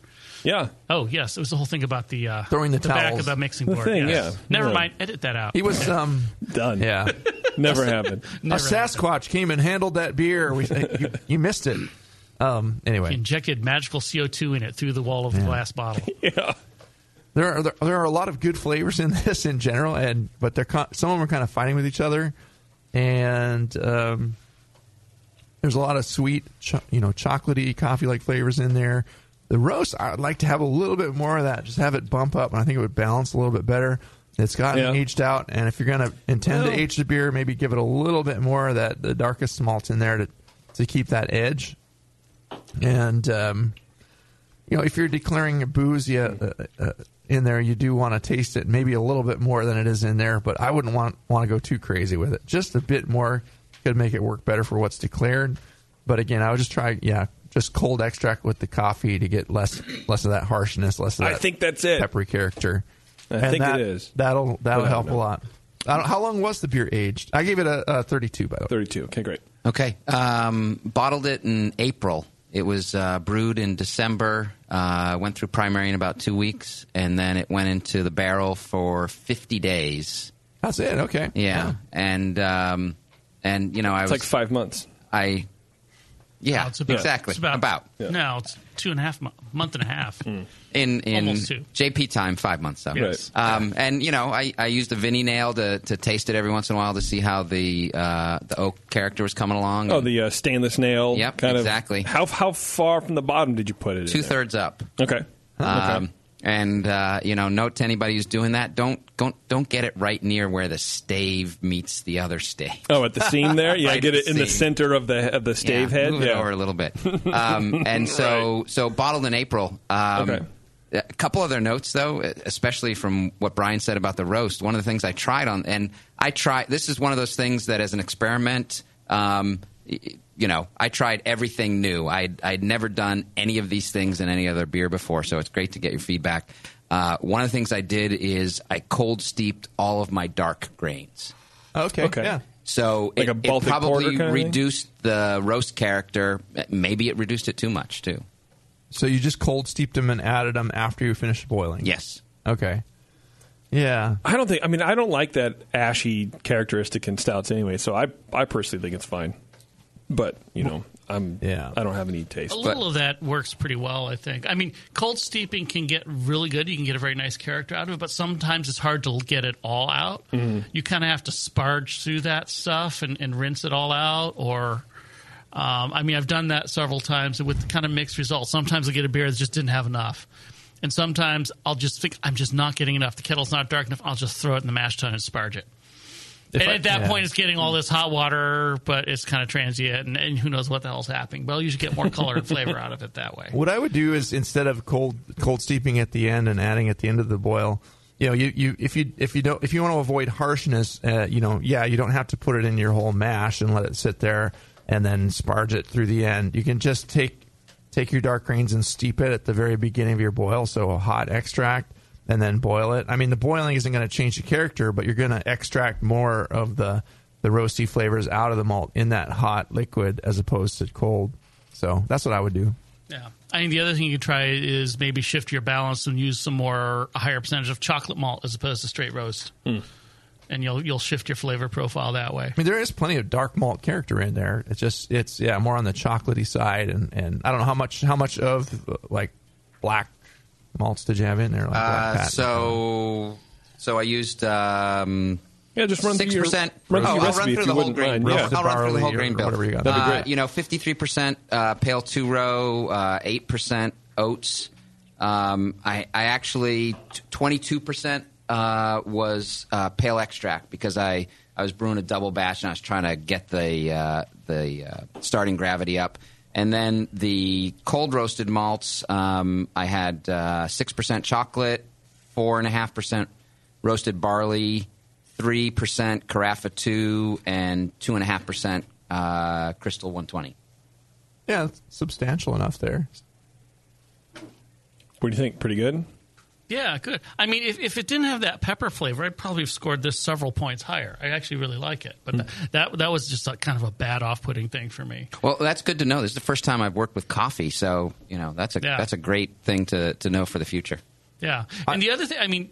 E: Yeah.
F: Oh, yes. It was the whole thing about the uh,
G: Throwing the
F: back
G: towels.
F: of the mixing
G: The
F: board.
G: thing,
F: yes.
G: yeah.
F: Never
G: Yeah.
F: mind. Edit that out.
G: He was
F: Yeah.
G: um
E: done.
G: Yeah,
E: never happened.
G: a Sasquatch came and handled that beer. We you, you missed it. Um. Anyway,
F: He injected magical CO2 in it through the wall of the
G: Yeah.
F: glass bottle.
E: yeah.
G: There are there, are a lot of good flavors in this in general, and but they're con- some of them are kind of fighting with each other, and um, there's a lot of sweet, cho- you know, chocolatey coffee like flavors in there. The roast, I'd like to have a little bit more of that. Just have it bump up, and I think it would balance a little bit better. It's gotten
E: Yeah.
G: aged out, and if you're going to intend to
E: Well-
G: age the beer, maybe give it a little bit more of that the darkest malt in there to to keep that edge. And um, you know, if you're declaring a booze yeah, uh, uh, in there, you do want to taste it maybe a little bit more than it is in there. But I wouldn't want want to go too crazy with it. Just a bit more could make it work better for what's declared. But again, I would just try yeah, just cold extract with the coffee to get less less of that harshness, less of
E: I
G: that
E: think that's it.
G: peppery character.
E: I
G: And
E: think
G: that-
E: it is.
G: That'll that'll
E: But I don't
G: help a
E: know.
G: lot. I don't, how long was the beer aged? I gave it a, a 32 by the way.
E: 32. Okay, great.
H: Okay. Um, bottled it in April. It was uh, brewed in December. Uh, went through primary in about two weeks, and then it went into the barrel for 50 days.
G: That's it. Okay.
H: Yeah, and um, and you know I
E: It's
H: was
E: like five months.
H: I yeah
F: It's about-
H: exactly
F: It's about.
H: about
F: No, it's two and a half, mo- month and a half.
G: Hmm.
H: in in
F: Almost two.
H: JP time, five months though.
F: Yes.
H: Um, and you know, I, I used a Vinny nail to, to taste it every once in a while to see how the uh, the oak character was coming along.
E: Oh, the uh, stainless nail.
H: Yep,
E: kind
H: exactly.
E: Of, how how far from the bottom did you put it? in
H: Two
E: there?
H: thirds up.
E: Okay.
H: Um, And uh, you know, note to anybody who's doing that: don't don't don't get it right near where the stave meets the other stave.
E: Oh, at the seam there. Yeah,
H: Right
E: get
H: at
E: it in the
H: seam.
E: center of the of the stave
H: yeah,
E: head.
H: Move it
E: yeah.
H: over a little bit. Um, and so, so bottled in April. Um,
E: Okay.
H: A couple other notes, though, especially from what Brian said about the roast. One of the things I tried on, and I try. This is one of those things that, as an experiment, um, y- you know, I tried everything new. I'd, I'd never done any of these things in any other beer before, so it's great to get your feedback. Uh, one of the things I did is I cold steeped all of my dark grains.
G: Okay.
E: Okay.
G: Yeah.
H: So
E: Like
H: it,
E: a
H: it
E: Baltic porter
H: probably
E: kinda thing?
H: reduced the roast character. Maybe it reduced it too much too.
G: So you just cold steeped them and added them after you finished boiling.
H: Yes.
G: Okay. Yeah.
E: I don't think. I mean, I don't like that ashy characteristic in stouts anyway. So I I personally think it's fine. But you know, I'm yeah. I don't have any taste.
F: A
E: but-
F: little of that works pretty well, I think. I mean, cold steeping can get really good. You can get a very nice character out of it, but sometimes it's hard to get it all out. You kind of have to sparge through that stuff and, and rinse it all out. Or, um, I mean, I've done that several times with kind of mixed results. Sometimes I get a beer that just didn't have enough. And sometimes I'll just think, I'm just not getting enough. The kettle's not dark enough. I'll just throw it in the mash tun and sparge it.
G: If
F: and
G: I-
F: at that
G: yeah.
F: point, it's getting all this hot water, but it's kind of transient, and, and who knows what the hell's happening. Well, you should get more color and flavor out of it that way.
G: What I would do is instead of cold cold steeping at the end and adding at the end of the boil, you know, you, you if you if you don't if you want to avoid harshness, uh, you know, yeah, you don't have to put it in your whole mash and let it sit there and then sparge it through the end. You can just take take your dark grains and steep it at the very beginning of your boil, so a hot extract and then boil it. I mean, the boiling isn't going to change the character, but you're going to extract more of the the roasty flavors out of the malt in that hot liquid as opposed to cold. So that's what I would do.
F: Yeah. I think the other thing you could try is maybe shift your balance and use some more a higher percentage of chocolate malt as opposed to straight roast,
G: Hmm.
F: and you'll you'll shift your flavor profile that way.
G: I mean, there is plenty of dark malt character in there. It's just it's yeah more on the chocolatey side, and and I don't know how much how much of uh, like black malts did you have in there? Like black
H: Uh,
G: patent?
H: so, so I used um,
E: yeah, just run through
H: six
E: your-
H: percent. Oh,
E: run through
H: I'll
E: your
H: run
E: recipe
H: through
E: if
H: the
E: you
H: whole
E: wouldn't
H: grain.
E: mind.
H: I'll,
E: Yeah.
H: I'll run through the
E: Barley
H: whole
E: or
H: grain bill.
E: whatever you got. That'd be
H: Uh,
E: great.
H: you know, fifty-three percent uh, pale two row, eight percent oats. Um, I, I actually twenty-two percent uh, was uh, pale extract because I, I was brewing a double batch and I was trying to get the uh, the uh, starting gravity up. And then the cold roasted malts, um, I had six percent chocolate, four and a half percent roasted barley, three percent carafa two, and two and a half percent uh, crystal one twenty.
G: yeah, it's substantial enough there.
E: What do you think? Pretty good.
F: Yeah, good. I mean, if, if it didn't have that pepper flavor, I'd probably have scored this several points higher. I actually really like it, but that, that that was just like kind of a bad off-putting thing for me.
H: Well, that's good to know. This is the first time I've worked with coffee, so you know that's a
F: Yeah.
H: that's a great thing to to know for the future.
F: Yeah, and the other thing, I mean,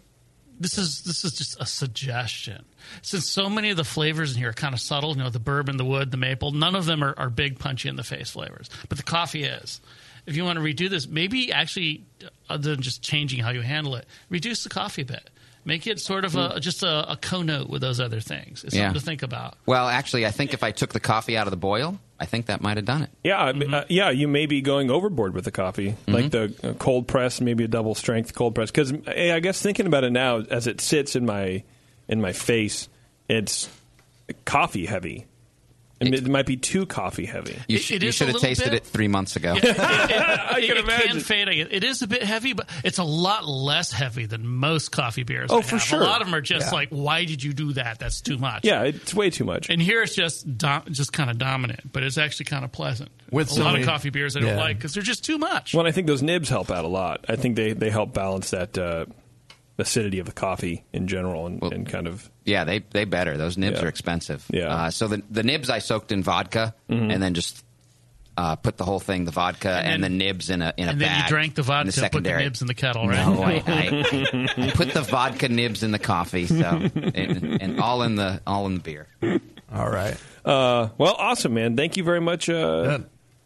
F: this is this is just a suggestion. Since so many of the flavors in here are kind of subtle, you know, the bourbon, the wood, the maple, none of them are, are big, punchy in the face flavors, but the coffee is. If you want to redo this, maybe actually, uh, other than just changing how you handle it, reduce the coffee a bit. Make it sort of a, just a, a co-note with those other things. It's
H: Yeah.
F: something to think about.
H: Well, actually, I think if I took the coffee out of the boil, I think that might have done it.
E: Yeah, I mean, uh,
H: Mm-hmm.
E: yeah, you may be going overboard with the coffee, like the uh, cold press, maybe a double strength cold press. Because I guess thinking about it now, as it sits in my in my face, it's coffee heavy. It, it might be too coffee heavy.
H: You, sh- you should have tasted it three months ago.
F: I can imagine. Can fade. I guess. It is a bit heavy, but it's a lot less heavy than most coffee beers.
E: Oh,
F: I
E: for
F: have.
E: sure.
F: A lot of them are just
E: Yeah.
F: like, why did you do that? That's too much.
E: Yeah, it's way too much.
F: And here it's just dom- just kind of dominant, but it's actually kind of pleasant.
E: With
F: a
E: so
F: lot
E: many-
F: of coffee beers I don't
E: Yeah.
F: like because they're just too much.
E: Well, and I think those nibs help out a lot. I think they, they help balance that uh, acidity of the coffee in general and, and kind of.
H: Yeah, they they better. Those nibs
E: Yeah.
H: are expensive.
E: Yeah.
H: Uh, so the the nibs I soaked in vodka
E: Mhm.
H: and then just uh, put the whole thing, the vodka and,
F: And then-
H: the nibs in a in a
F: and
H: bag.
F: then you drank the
H: in
F: vodka, put the
H: secondary.
F: nibs in the kettle, right?
H: No, I, I, I put the vodka nibs in the coffee, so and, and all in the all in the beer.
G: All right.
E: Uh, well, awesome, man. Thank you very much. Uh,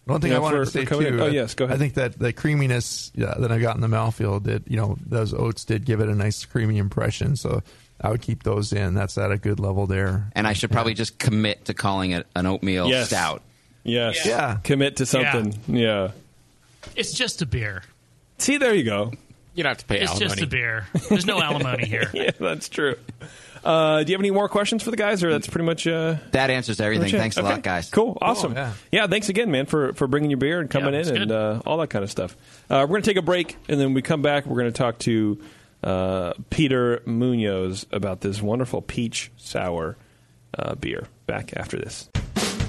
G: One thing
E: you know,
G: I wanted
E: for-
G: to
E: for
G: say
E: coming
G: too.
E: in. Oh, yes, go ahead.
G: I think that the creaminess yeah, that I got in the mouthfeel did, you know, those oats did give it a nice creamy impression. So I would keep those in. That's at a good level there.
H: And I should probably just commit to calling it an oatmeal
G: Yes.
H: stout.
E: Yes.
G: Yeah.
E: Commit to something. Yeah.
F: It's just a beer.
E: See, there you go.
D: You don't have to pay
F: it's just a beer. There's no alimony here.
E: yeah, that's true. Uh, do you have any more questions for the guys, or that's pretty much uh,
H: That answers everything.
E: pretty much it?
H: Thanks a
E: Okay.
H: lot, guys.
E: Cool, awesome.
H: yeah.
E: yeah. thanks again, man, for for bringing your beer and coming
H: Yeah, it's
E: in and uh, all that kind of stuff. Uh, we're gonna take a break, and then we come back. We're gonna talk to uh, Peter Munoz about this wonderful peach sour uh, beer. Back after this.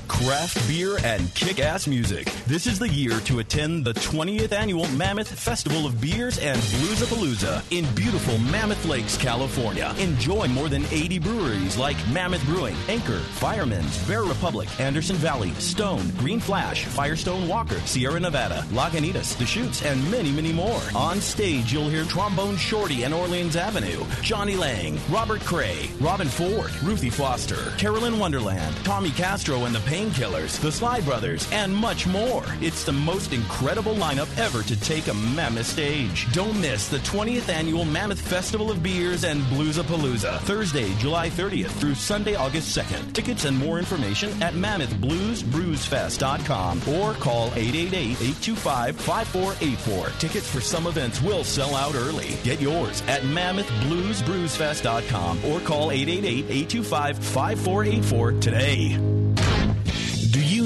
C: Craft beer and kick ass music. This is the year to attend the 20th annual Mammoth Festival of Beers and Bluesapalooza in beautiful Mammoth Lakes, California. Enjoy more than 80 breweries like Mammoth Brewing, Anchor, Fireman's, Bear Republic, Anderson Valley, Stone, Green Flash, Firestone Walker, Sierra Nevada, Lagunitas, The Chutes, and many, many more. On stage, you'll hear Trombone Shorty and Orleans Avenue, Johnny Lang, Robert Cray, Robin Ford, Ruthie Foster, Carolyn Wonderland, Tommy Castro and the Painkillers, The Sly Brothers, and much more. It's the most incredible lineup ever to take a mammoth stage. Don't miss the 20th annual Mammoth Festival of Beers and Bluesapalooza, Thursday, July 30th through Sunday, August 2nd. Tickets and more information at mammothbluesbrewsfest.com or call 888-825-5484. Tickets for some events will sell out early. Get yours at mammothbluesbrewsfest.com or call 888-825-5484 today.
A: Do you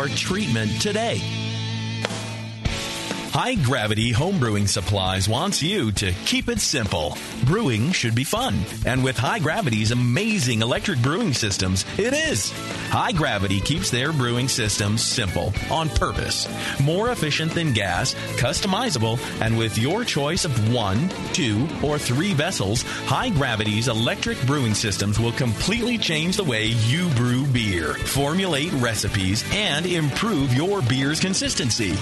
A: treatment today. High Gravity Homebrewing Supplies wants you to keep it simple. Brewing should be fun, and with High Gravity's amazing electric brewing systems, it is. High Gravity keeps their brewing systems simple on purpose, more efficient than gas, customizable, and with your choice of one, two, or three vessels, High Gravity's electric brewing systems will completely change the way you brew beer, formulate recipes, and improve your beer's consistency.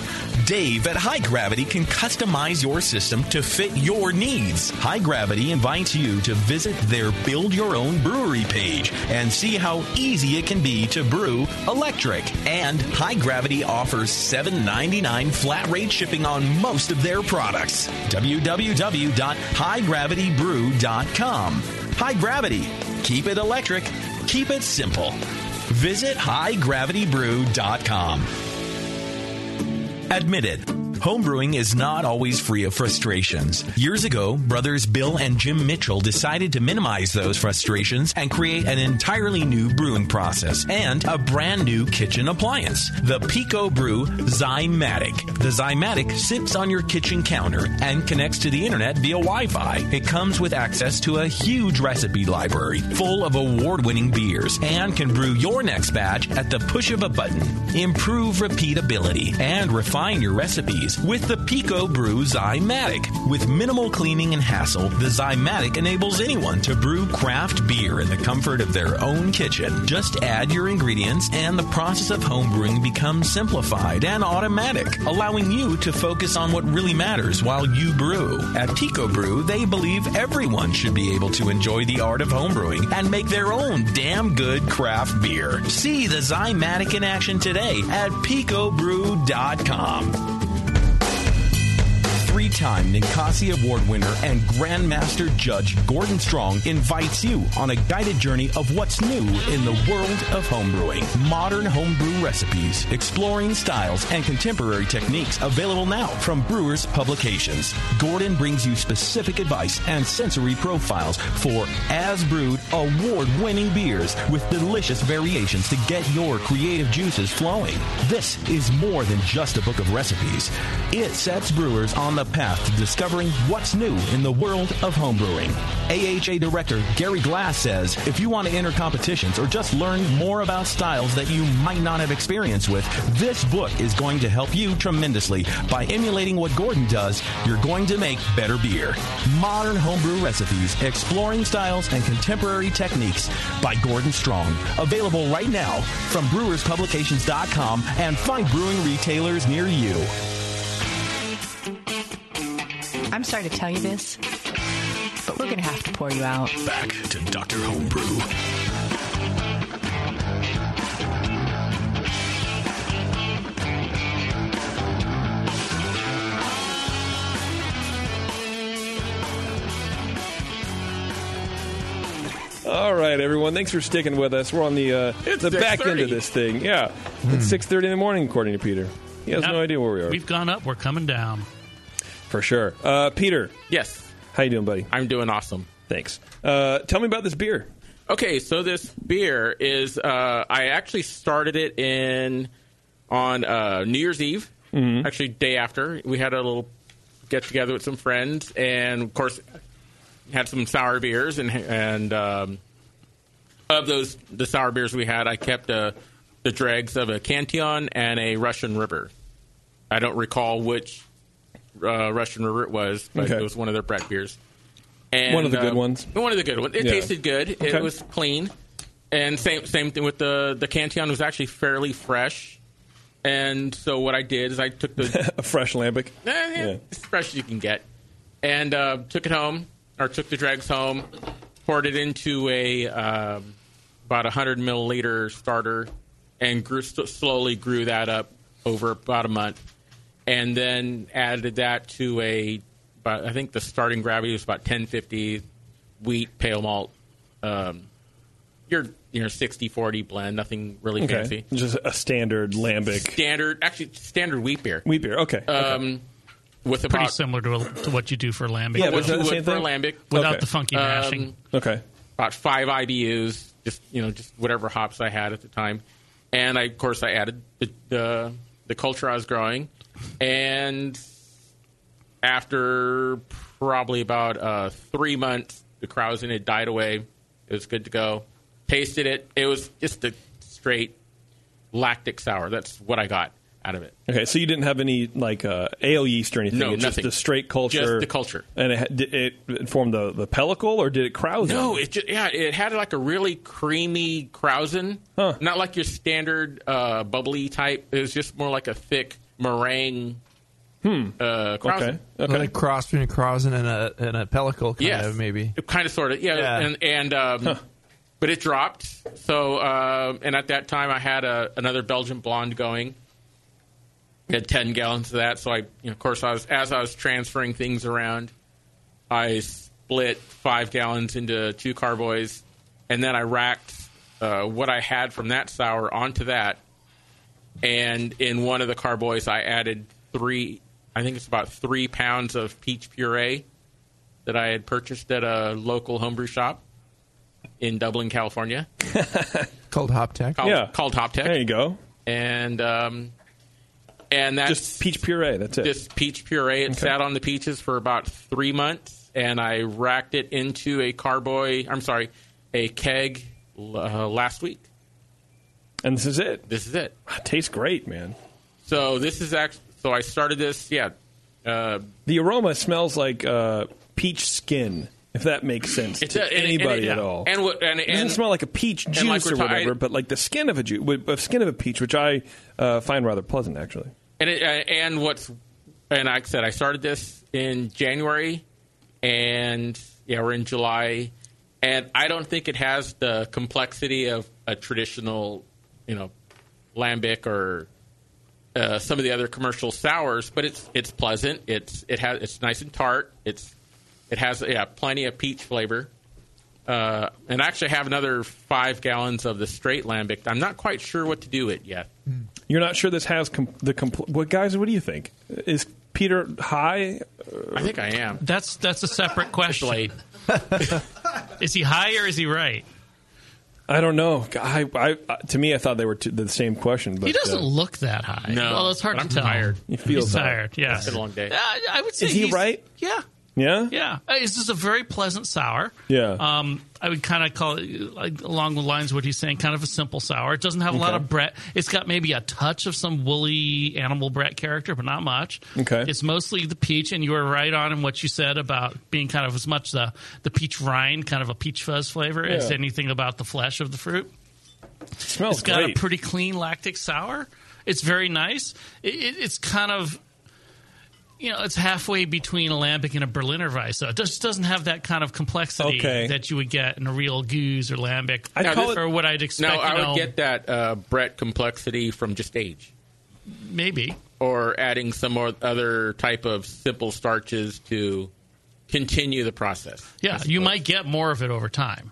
A: Dave at High High Gravity can customize your system to fit your needs. High Gravity invites you to visit their Build Your Own Brewery page and see how easy it can be to brew electric. And High Gravity offers $7.99 flat rate shipping on most of their products. www.highgravitybrew.com. High Gravity. Keep it electric. Keep it simple. Visit highgravitybrew.com. Admitted. Homebrewing is not always free of frustrations. Years ago, brothers Bill and Jim Mitchell decided to minimize those frustrations and create an entirely new brewing process and a brand new kitchen appliance, the Pico Brew Zymatic. The Zymatic sits on your kitchen counter and connects to the internet via Wi-Fi. It comes with access to a huge recipe library full of award-winning beers and can brew your next batch at the push of a button. Improve repeatability and refine your recipes with the Pico Brew Zymatic. With minimal cleaning and hassle, the Zymatic enables anyone to brew craft beer in the comfort of their own kitchen. Just add your ingredients and the process of homebrewing becomes simplified and automatic, allowing you to focus on what really matters while you brew. At Pico Brew, they believe everyone should be able to enjoy the art of homebrewing and make their own damn good craft beer. See the Zymatic in action today at picobrew.com. Three time Ninkasi Award winner and Grandmaster Judge Gordon Strong invites you on a guided journey of what's new in the world of homebrewing. Modern homebrew recipes, exploring styles, and contemporary techniques available now from Brewers Publications. Gordon brings you specific advice and sensory profiles for as brewed, award winning beers with delicious variations to get your creative juices flowing. This is more than just a book of recipes, it sets brewers on the path to discovering what's new in the world of homebrewing. AHA director Gary Glass says if you want to enter competitions or just learn more about styles that you might not have experience with, this book is going to help you tremendously. By emulating what Gordon does, you're going to make better beer. Modern homebrew recipes, exploring styles and contemporary techniques by Gordon Strong. Available right now from brewerspublications.com and find brewing retailers near you.
N: I'm sorry to tell you this, but we're going to have to pour you out.
L: Back to Dr. Homebrew.
E: All right, everyone. Thanks for sticking with us. We're on the uh,
F: It's
E: the back
F: 6:30.
E: end of this thing. Yeah, it's six thirty in the morning, according to Peter. He has
F: Yep.
E: no idea where we are
F: We've gone up. We're coming down.
E: for sure. Uh, Peter.
D: Yes.
E: How you doing, buddy?
D: I'm doing awesome.
E: Thanks. Uh, tell me about this beer.
D: Okay, so this beer is uh, I actually started it in on uh, New Year's Eve,
E: Mhm.
D: actually day after. We had a little get together with some friends, and of course had some sour beers and and um, of those the sour beers we had, I kept uh, the dregs of a Cantillon and a Russian River. I don't recall which uh, Russian River it was, but
E: Okay.
D: it was one of their Brett beers. And,
E: One of the good
D: um,
E: ones.
D: One of the good ones. It
E: Yeah.
D: tasted good.
E: Okay.
D: It was clean. And same same thing with the the Cantillon was actually fairly fresh. And so what I did is I took the
E: a fresh lambic.
D: yeah. as fresh as you can get, and uh, took it home or took the dregs home, poured it into a um, about a hundred milliliter starter, and grew s slowly grew that up over about a month, and then added that to a about, I think the starting gravity was about ten fifty wheat pale malt. Um, your your 60 40 blend, nothing really
E: okay.
D: fancy.
E: Just a standard lambic
D: Standard, actually standard wheat beer.
E: wheat beer. Okay.
D: Um, with
F: pretty
D: about-
F: similar to, to what you do for lambic.
D: Yeah, but What is that you the would same for thing? lambic.
F: without
D: Okay.
F: the funky
D: Um,
F: mashing.
E: Okay.
D: about five IBUs, just you know, just whatever hops I had at the time, and I, of course I added the the, the culture I was growing, and after probably about uh, three months, the crowds in it died away. It was good to go. Tasted it. It was just a straight lactic sour. That's what I got out of it.
E: Okay, so you didn't have any like uh, ale yeast or anything.
D: No,
E: it's
D: nothing.
E: just the straight culture.
D: Just the culture.
E: and it, ha- did it, it formed the the pellicle, or did it krausen?
D: No, it just, yeah, it had like a really creamy krausen, not like your standard uh, bubbly type. It was just more like a thick meringue
E: Hmm.
D: Uh, Krausen.
G: Like a cross between a Krausen and a and a pellicle kind
D: Yes.
G: of maybe.
D: kind of sort of yeah,
G: Yeah.
D: and and um, but it dropped so uh, and at that time i had a, another belgian blonde going I had 10 gallons of that so i you know, of course i was as i was transferring things around i split five gallons into two carboys and then i racked uh, what i had from that sour onto that and in one of the carboys i added three i think it's about three pounds of peach puree that i had purchased at a local homebrew shop in dublin california
G: Called Hop Tech.
D: called, called hop tech there you
E: go
D: and um and that's just
E: peach puree that's it
D: just peach puree it sat on the peaches for about three months and i racked it into a carboy i'm sorry a keg uh, last week
E: And this is it.
D: This is it.
E: tastes great, man.
D: so this is actually so i started this yeah uh,
E: The aroma smells like uh, peach skin, if that makes sense
D: It
E: to
D: does, and it- and
E: anybody
D: it-
E: at all.
D: and what- and-
E: it doesn't
D: and-
E: smell like a peach
D: and
E: juice
D: like we're
E: or
D: ta-
E: whatever,
D: I-
E: but like the skin of a ju- with- of skin of a peach, which I uh, find rather pleasant actually.
D: And it, uh, and what's and like I said I started this in January, and yeah, we're in July, and I don't think it has the complexity of a traditional, you know, lambic or uh, some of the other commercial sours, but it's it's pleasant. It's it has it's nice and tart. It's it has yeah plenty of peach flavor. Uh, and I actually have another five gallons of the straight lambic. I'm not quite sure what to do with it yet.
E: You're not sure this has com- the compl- what guys? What do you think? Is Peter high?
D: I think I am.
F: That's that's a separate question. is he high or is he right?
E: I don't know. I, I, I- to me, I thought they were two, the same question. But
F: he doesn't
E: uh,
F: look that high.
E: No,
F: well, it's hard
E: but
F: to
E: I'm
F: tell.
E: tired. He feels
F: he's
E: that.
F: tired. Yeah,
E: It's been a long day.
F: Uh, I would say
E: Is he
F: he's-
E: right?
F: Yeah,
E: Yeah.
F: yeah. Uh, This is a very pleasant sour.
E: Yeah.
F: Um, I would kind of call it uh, like, along the lines of what he's saying, kind of a simple sour. It doesn't have a lot
E: Okay.
F: of Brett. It's got maybe a touch of some woolly animal Brett character, but not much.
E: Okay.
F: It's mostly the peach, and you were right on in what you said about being kind of as much the the peach rind, kind of a peach fuzz flavor, as
E: Yeah.
F: anything about the flesh of the fruit.
E: smells
F: It's got
E: great.
F: a pretty clean lactic sour. It's very nice. It, it, it's kind of you know, it's halfway between a lambic and a Berliner Weiss, so it just doesn't have that kind of complexity
D: Okay.
F: that you would get in a real goose or lambic,
D: Now, this-
F: or what I'd expect.
D: No, I
F: you know,
D: would get that uh, Brett complexity from just age,
F: maybe.
D: or adding some or- other type of simple starches to continue the process.
F: Yeah, you might get more of it over time.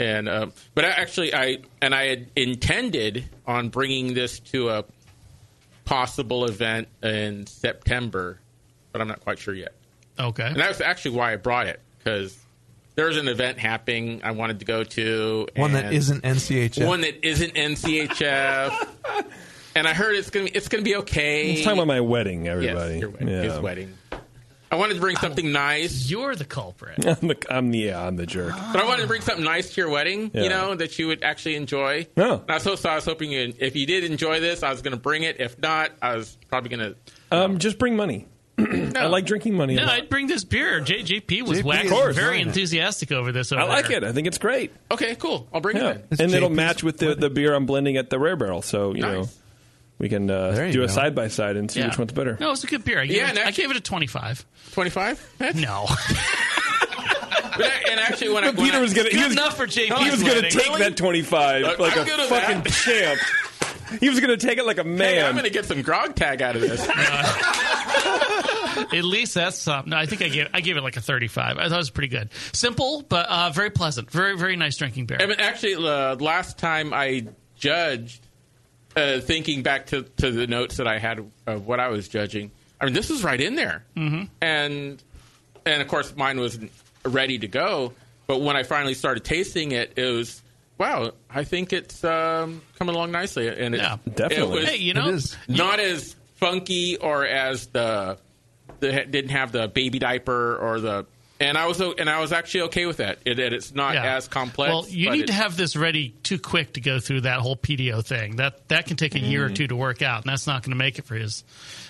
D: And uh, but I actually, I and I had intended on bringing this to a possible event in September, but I'm not quite sure yet.
F: Okay.
D: And that was actually why I brought it because there's an event happening I wanted to go to.
G: One that
D: and-
G: isn't NCHF.
D: One that isn't NCHF. and I heard it's gonna be, it's gonna be okay.
E: It's time about my wedding, everybody.
D: your wedding.
E: Yeah.
D: His wedding. I wanted to bring something nice.
F: You're the culprit.
E: I'm the, I'm the yeah, I'm the jerk.
D: But I wanted to bring something nice to your wedding,
E: Yeah.
D: you know, that you would actually enjoy.
E: No.
D: And I was, so, so I was hoping you, if you did enjoy this, I was going to bring it. If not, I was probably going to.
E: Um, just bring money. I like drinking money. a
F: No,
E: lot.
F: I'd bring this beer. J- JP was
E: JP
F: wax-
E: is Course.
F: very
E: enjoying it.
F: enthusiastic over this. Over
E: I like
F: there.
E: it. I think it's great.
D: Okay, cool. I'll bring
E: Yeah.
D: it.
E: And it'll match with the, the beer I'm blending at the rare barrel. So, you know, we can uh,
F: you
E: do a
F: go.
E: side by side and see
F: Yeah.
E: which one's better.
F: No, it's a good beer. I gave,
D: Yeah,
F: it,
D: and
F: I gave it a twenty-five.
D: Twenty-five?
F: No.
D: But I, and actually, when I
E: But
D: when
E: Peter
D: I-
E: was gonna he
D: Good
E: was,
D: enough for JP 's
E: He was gonna
D: wedding.
E: take
D: Really?
E: that twenty five
D: Look,
E: like
D: I'm
E: a
D: good at
E: fucking
D: that.
E: champ. He was gonna take it like a man.
D: Hey, I'm going to get some grog tag out of this.
F: At least that's something. No, I think I gave I gave it like a thirty-five. I thought it was pretty good, simple but uh, very pleasant, very very nice drinking beer.
D: I mean, actually, uh, last time I judged, uh, thinking back to, to the notes that I had of what I was judging, I mean, this was right in there,
F: Mhm.
D: and and of course, mine was ready to go. But when I finally started tasting it, it was wow. I think it's um, coming along nicely, and it,
F: Yeah.
D: It
F: Definitely.
D: was
F: Hey, you know- It is.
D: not as funky or as the, the didn't have the baby diaper or the. And I was o- and I was actually okay with that. It, it- it's not as complex.
F: well, you
D: but
F: need
D: it-
F: to have this ready too quick to go through that whole PDO thing. That that can take a year or
D: Mm.
F: two to work out, and that's not going to make it for his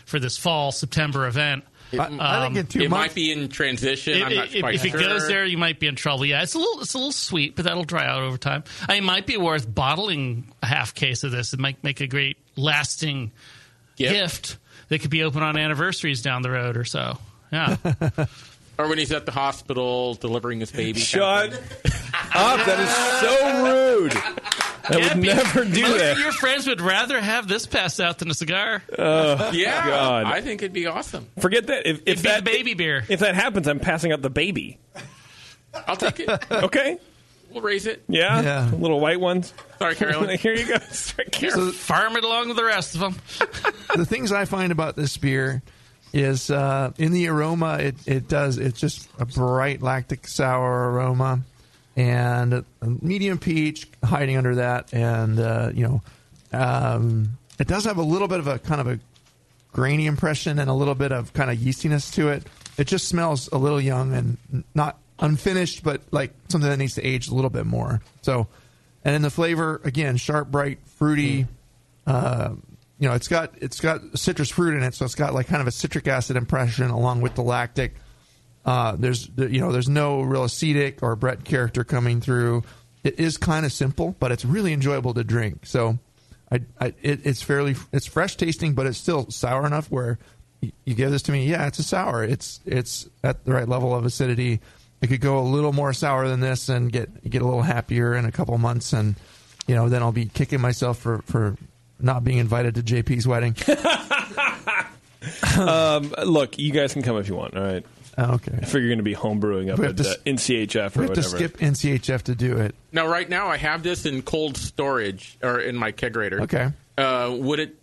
F: for this fall September event. Um,
D: it might be in transition.
F: If-
D: I'm not
F: if,
D: quite
F: if
D: sure.
F: it goes there, you might be in trouble. Yeah, it's a little it's a little sweet, but that'll dry out over time. I mean, it might be worth bottling a half case of this. It might make a great lasting gift. They could be open on anniversaries down the road or so. Yeah.
D: or when he's at the hospital delivering his baby.
E: Shut up! That is so rude. I would
F: Can't be-
E: never do
F: Most of
E: that.
F: Your friends would rather have this passed out than a cigar.
E: Oh,
D: yeah,
E: God.
D: I think it'd be awesome.
E: Forget that. If, if that baby
F: beer,
E: if that happens, I'm passing out the baby.
D: I'll take it.
E: Okay.
D: We'll raise it.
E: Yeah, little white ones.
D: Sorry, Carolyn.
E: Here you go.
F: Here, farm it along with the rest of them.
G: the things I find about this beer is uh, in the aroma. It, it does. It's just a bright lactic sour aroma, and a medium peach hiding under that, and uh, you know, um, it does have a little bit of a kind of a grainy impression and a little bit of kind of yeastiness to it. It just smells a little young and not unfinished, but like something that needs to age a little bit more. So, and then the flavor again, sharp, bright, fruity. Uh, you know, it's got it's got citrus fruit in it, so it's got like kind of a citric acid impression along with the lactic. Uh, there's you know there's no real acetic or Brett character coming through. It is kind of simple, but it's really enjoyable to drink. So, I, I it, it's fairly it's fresh tasting, but it's still sour enough where y- you give this to me. Yeah, it's a sour. It's it's at the right level of acidity. It could go a little more sour than this and get get a little happier in a couple months, and you know then I'll be kicking myself for for not being invited to JP's wedding.
E: um, look, you guys can come if you want. All right.
G: Uh, Okay.
E: I figure you're going to be home brewing up
G: We
E: at
G: have to
E: uh,
G: s-
E: NCHF or
G: we have to
E: whatever.
G: skip NCHF to do it.
D: Now, right now, I have this in cold storage or in my kegerator.
G: Okay.
D: Uh, would it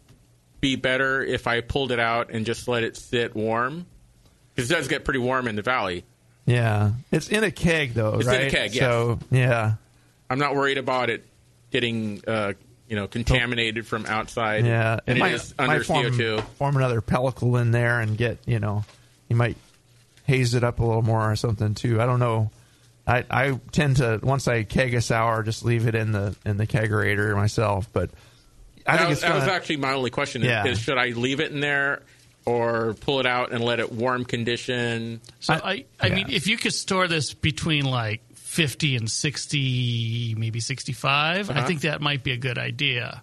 D: be better if I pulled it out and just let it sit warm? Because it does get pretty warm in the valley.
G: Yeah, it's in a keg though,
D: It's in a
G: right?
D: keg, yes.
G: So yeah,
D: I'm not worried about it getting, uh, you know, contaminated from outside.
G: Yeah,
D: and it is
G: might-
D: under
G: might form,
D: CO2.
G: Form another pellicle in there and get you know, you might haze it up a little more or something too. I don't know. I I tend to once I keg a sour, just leave it in the in the kegerator myself. But I
D: that
G: think
D: was,
G: it's
D: that was
G: gonna-
D: actually my only question.
G: Yeah.
D: Is should I leave it in there or pull it out and let it warm condition?
F: So I, I mean, if you could store this between like 50 and 60, maybe 65, I
D: Uh-huh.
F: think that might be a good idea.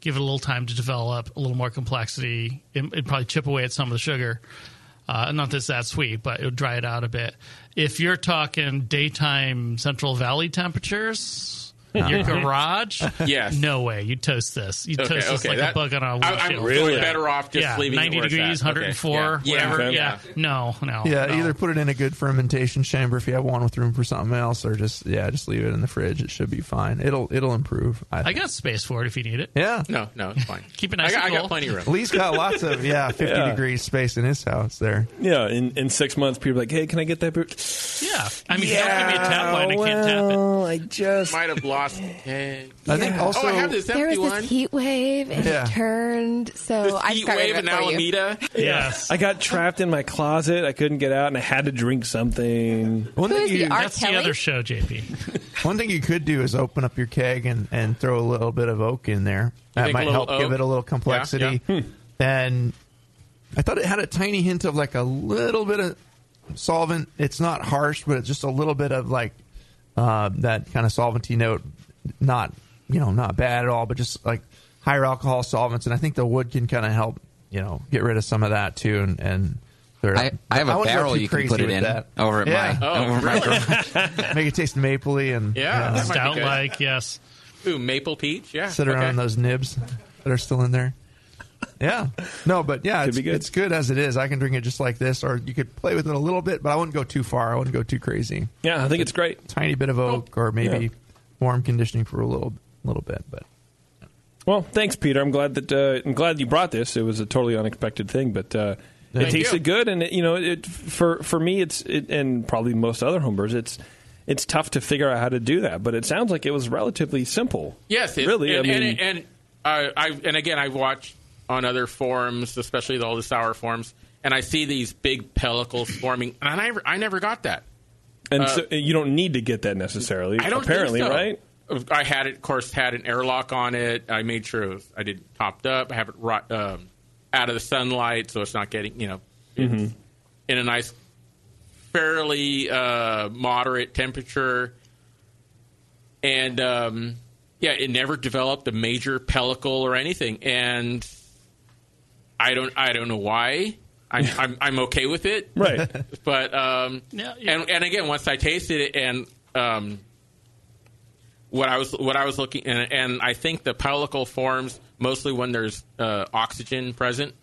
F: Give it a little time to develop, a little more complexity. It, it'd probably chip away at some of the sugar. Uh, not that it's that sweet, but it'll dry it out a bit. If you're talking daytime Central Valley temperatures, in your garage,
D: Uh-huh. Yes.
F: no way. You toast this. You
D: Okay,
F: toast this
D: okay,
F: like
D: that-
F: a bug on
D: I-
F: a
D: I'm
F: windshield.
D: really better off just
F: yeah,
D: leaving it
F: 90
D: where it's
F: degrees,
D: at. Okay,
F: 104,
D: yeah. Yeah.
F: whatever.
D: Okay.
F: Yeah.
D: Yeah.
F: no, no.
G: yeah, either put it in a good fermentation chamber if you have one with room for something else, or just yeah, just leave it in the fridge. It should be fine. It'll it'll improve. I,
F: I got space for it if you need it.
G: Yeah.
D: No, no, it's fine.
F: Keep it nice
D: I got,
F: and
D: I got
F: cool.
D: plenty of room.
G: Lee's got lots of yeah, fifty
E: Yeah.
G: degree space in his house there.
E: Yeah, in, in six months, people are like, hey, can I get that beer?
F: Yeah. I mean,
E: Yeah,
F: don't give me a tap line. I can't tap it.
G: Oh,
E: well, I just
D: might have lost. it.
G: I think also-
D: Oh, I have this empty
B: Uh, there was
D: one.
B: this heat wave and
E: Yeah.
B: it turned, so
D: This
B: I
D: heat
B: just got rid
D: wave
B: of
D: in
B: it for you.
D: Alameda.
E: I got trapped in my closet. I couldn't get out, and I had to drink something.
G: One thing you,
F: That's the other show, JP.
G: One thing you could do is open up your keg and, and throw a little bit of oak in there. That
E: think a
G: might
E: little
G: help give
E: oak?
G: it a little complexity.
E: yeah. Hmm.
G: And I thought it had a tiny hint of like a little bit of solvent. It's not harsh, but it's just a little bit of like uh, that kind of solventy note. Not you know not bad at all, but just like higher alcohol solvents. And I think the wood can kind of help you know get rid of some of that too. And, and they're-
H: I, I have a
G: wouldn't go
H: barrel
G: too
H: you can
G: crazy
H: put it
G: with
H: in
G: that.
H: over at
G: Yeah.
H: my
F: Oh,
E: Oh.
H: over my garage.
G: Make it taste mapley and
D: Yeah, that might be
F: Stout
D: good.
F: like, yes.
D: Ooh, maple peach. Yeah.
G: sit around
D: okay.
G: on those nibs that are still in there. Yeah, no, but yeah,
E: Could
G: it's
E: be
G: good.
E: good.
G: it's good as it is. I can drink it just like this, or you could play with it a little bit, but I wouldn't go too far. I wouldn't go too crazy.
E: Yeah, I think it's great.
G: Tiny bit of oak, or maybe
E: Yeah.
G: warm conditioning for a little little bit, but
E: Well, thanks, Peter. I'm glad that uh, I'm glad you brought this. It was a totally unexpected thing, but uh, it
G: Thank
E: tasted good, and it, you know, it for for me, it's it, and probably most other homebrewers, it's it's tough to figure out how to do that. But it sounds like it was relatively simple.
D: Yes, it,
E: really.
D: And,
E: I mean,
D: and, and, uh, I and again, I watch on other forums, especially all the sour forums, and I see these big pellicles forming, and I I never got that.
E: and
D: uh,
E: so, you don't need to get that necessarily.
D: I don't think
E: apparently,
D: so.
E: right?
D: I had it, of course, had an airlock on it. I made sure it was, I did topped up. I have it right, um, out of the sunlight, so it's not getting you know
E: Mhm.
D: in a nice, fairly uh, moderate temperature. And um, yeah, it never developed a major pellicle or anything. And I don't I don't know why. I'm I'm, I'm okay with it.
I: Right.
D: But um and and again once I tasted it and um what I was what I was looking and, and I think the pellicle forms mostly when there's uh, oxygen present.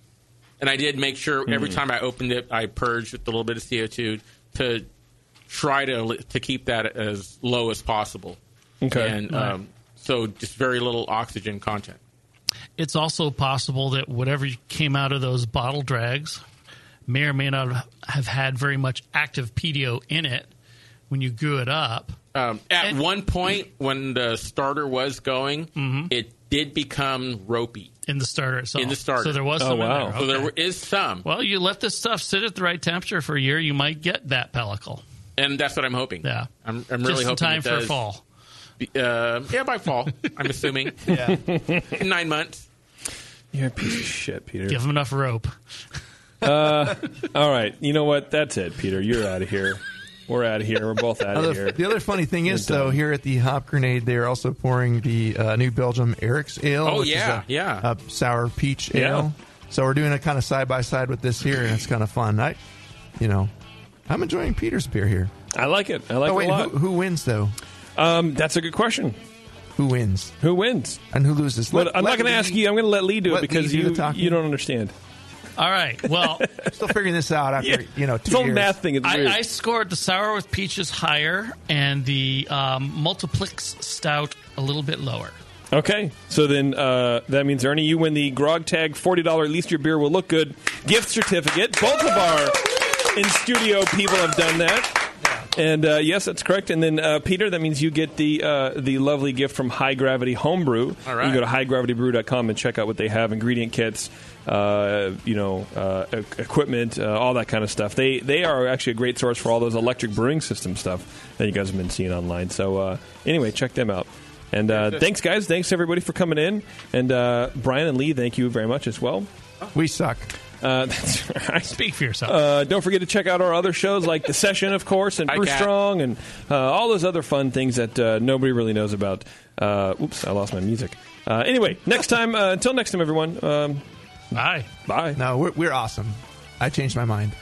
D: And I did make sure every
O: Mhm.
F: Hmm.
D: time I opened it I purged with a little bit of CO2 to try to li- to keep that as low as possible.
I: Okay.
D: And
F: Right.
D: um, so just very little oxygen content.
F: It's also possible that whatever came out of those bottle drags may or may not have had very much active PDO in it when you grew it up.
D: Um, at one point, when the starter was going,
F: Mm-hmm.
D: it did become ropey
F: in the starter itself.
D: In the starter, Oh,
F: So there was some in there.
D: So there
F: Okay.
D: were- is some,
F: Well, you let this stuff sit at the right temperature for a year, you might get that pellicle.
D: and that's what I'm hoping.
F: Yeah,
D: I'm, I'm
F: Just
D: really
F: in
D: hoping
F: time
D: it
F: for
D: does.
F: fall.
D: Be- uh, yeah, by fall, I'm assuming.
F: Yeah.
D: in nine months.
I: You're a piece of shit, Peter.
F: Give them enough rope.
I: Uh, all right. You know what? That's it, Peter. You're out of here. We're out of here. We're both out
G: Other-
I: of here.
G: the other funny thing is,
I: You're done.
G: though, here at the Hop Grenade, they are also pouring the uh, new Belgium Eric's Ale.
I: Oh,
G: which is
I: yeah,
G: a-
I: yeah.
G: a sour peach
I: Yeah.
G: ale. So we're doing it kind of side by side with this here, and it's kind of fun. I, you know, I'm enjoying Peter's beer here.
I: I like it. I like
G: oh, wait,
I: it a lot.
G: Who, who wins though?
I: Um, that's a good question.
G: Who wins?
I: Who wins?
G: And who loses?
I: Well,
G: Let-
I: I'm
G: let
I: not going to
G: Lee-
I: ask you. I'm going to let Lee do it
G: let Lee
I: because
G: do the
I: you
G: talking.
I: you don't understand.
F: All right. Well,
G: still figuring this out after you know two
I: It's all
G: years.
I: math thing. It's
F: I,
I: weird.
F: I scored the sour with peaches higher and the um, multiplex stout a little bit lower.
I: Okay, so then uh, that means Ernie, you win the Grog Tag forty dollar. At least your beer will look good gift certificate. Both of our in studio people have done that, and uh, yes, that's correct. And then uh, Peter, that means you get the uh, the lovely gift from High Gravity Homebrew.
D: All right.
I: You go to highgravitybrew.com and check out what they have: ingredient kits, uh, you know, uh, e- equipment, uh, all that kind of stuff. They they are actually a great source for all those electric brewing system stuff that you guys have been seeing online. So uh, anyway, check them out. And uh,
D: That's it.
I: thanks, guys. Thanks everybody for coming in. And uh, Brian and Lee, thank you very much as well.
G: We suck.
I: Uh, that's right.
F: Speak for yourself.
I: Uh, don't forget to check out our other shows like The Session, of course, and
F: Hi,
I: Brew
F: Cat.
I: Strong, and uh, all those other fun things that uh, nobody really knows about. Uh, oops, I lost my music. Uh, anyway, next time. Uh, until next time, everyone. Um,
F: bye.
I: Bye.
G: No, we're, we're awesome. I changed my mind.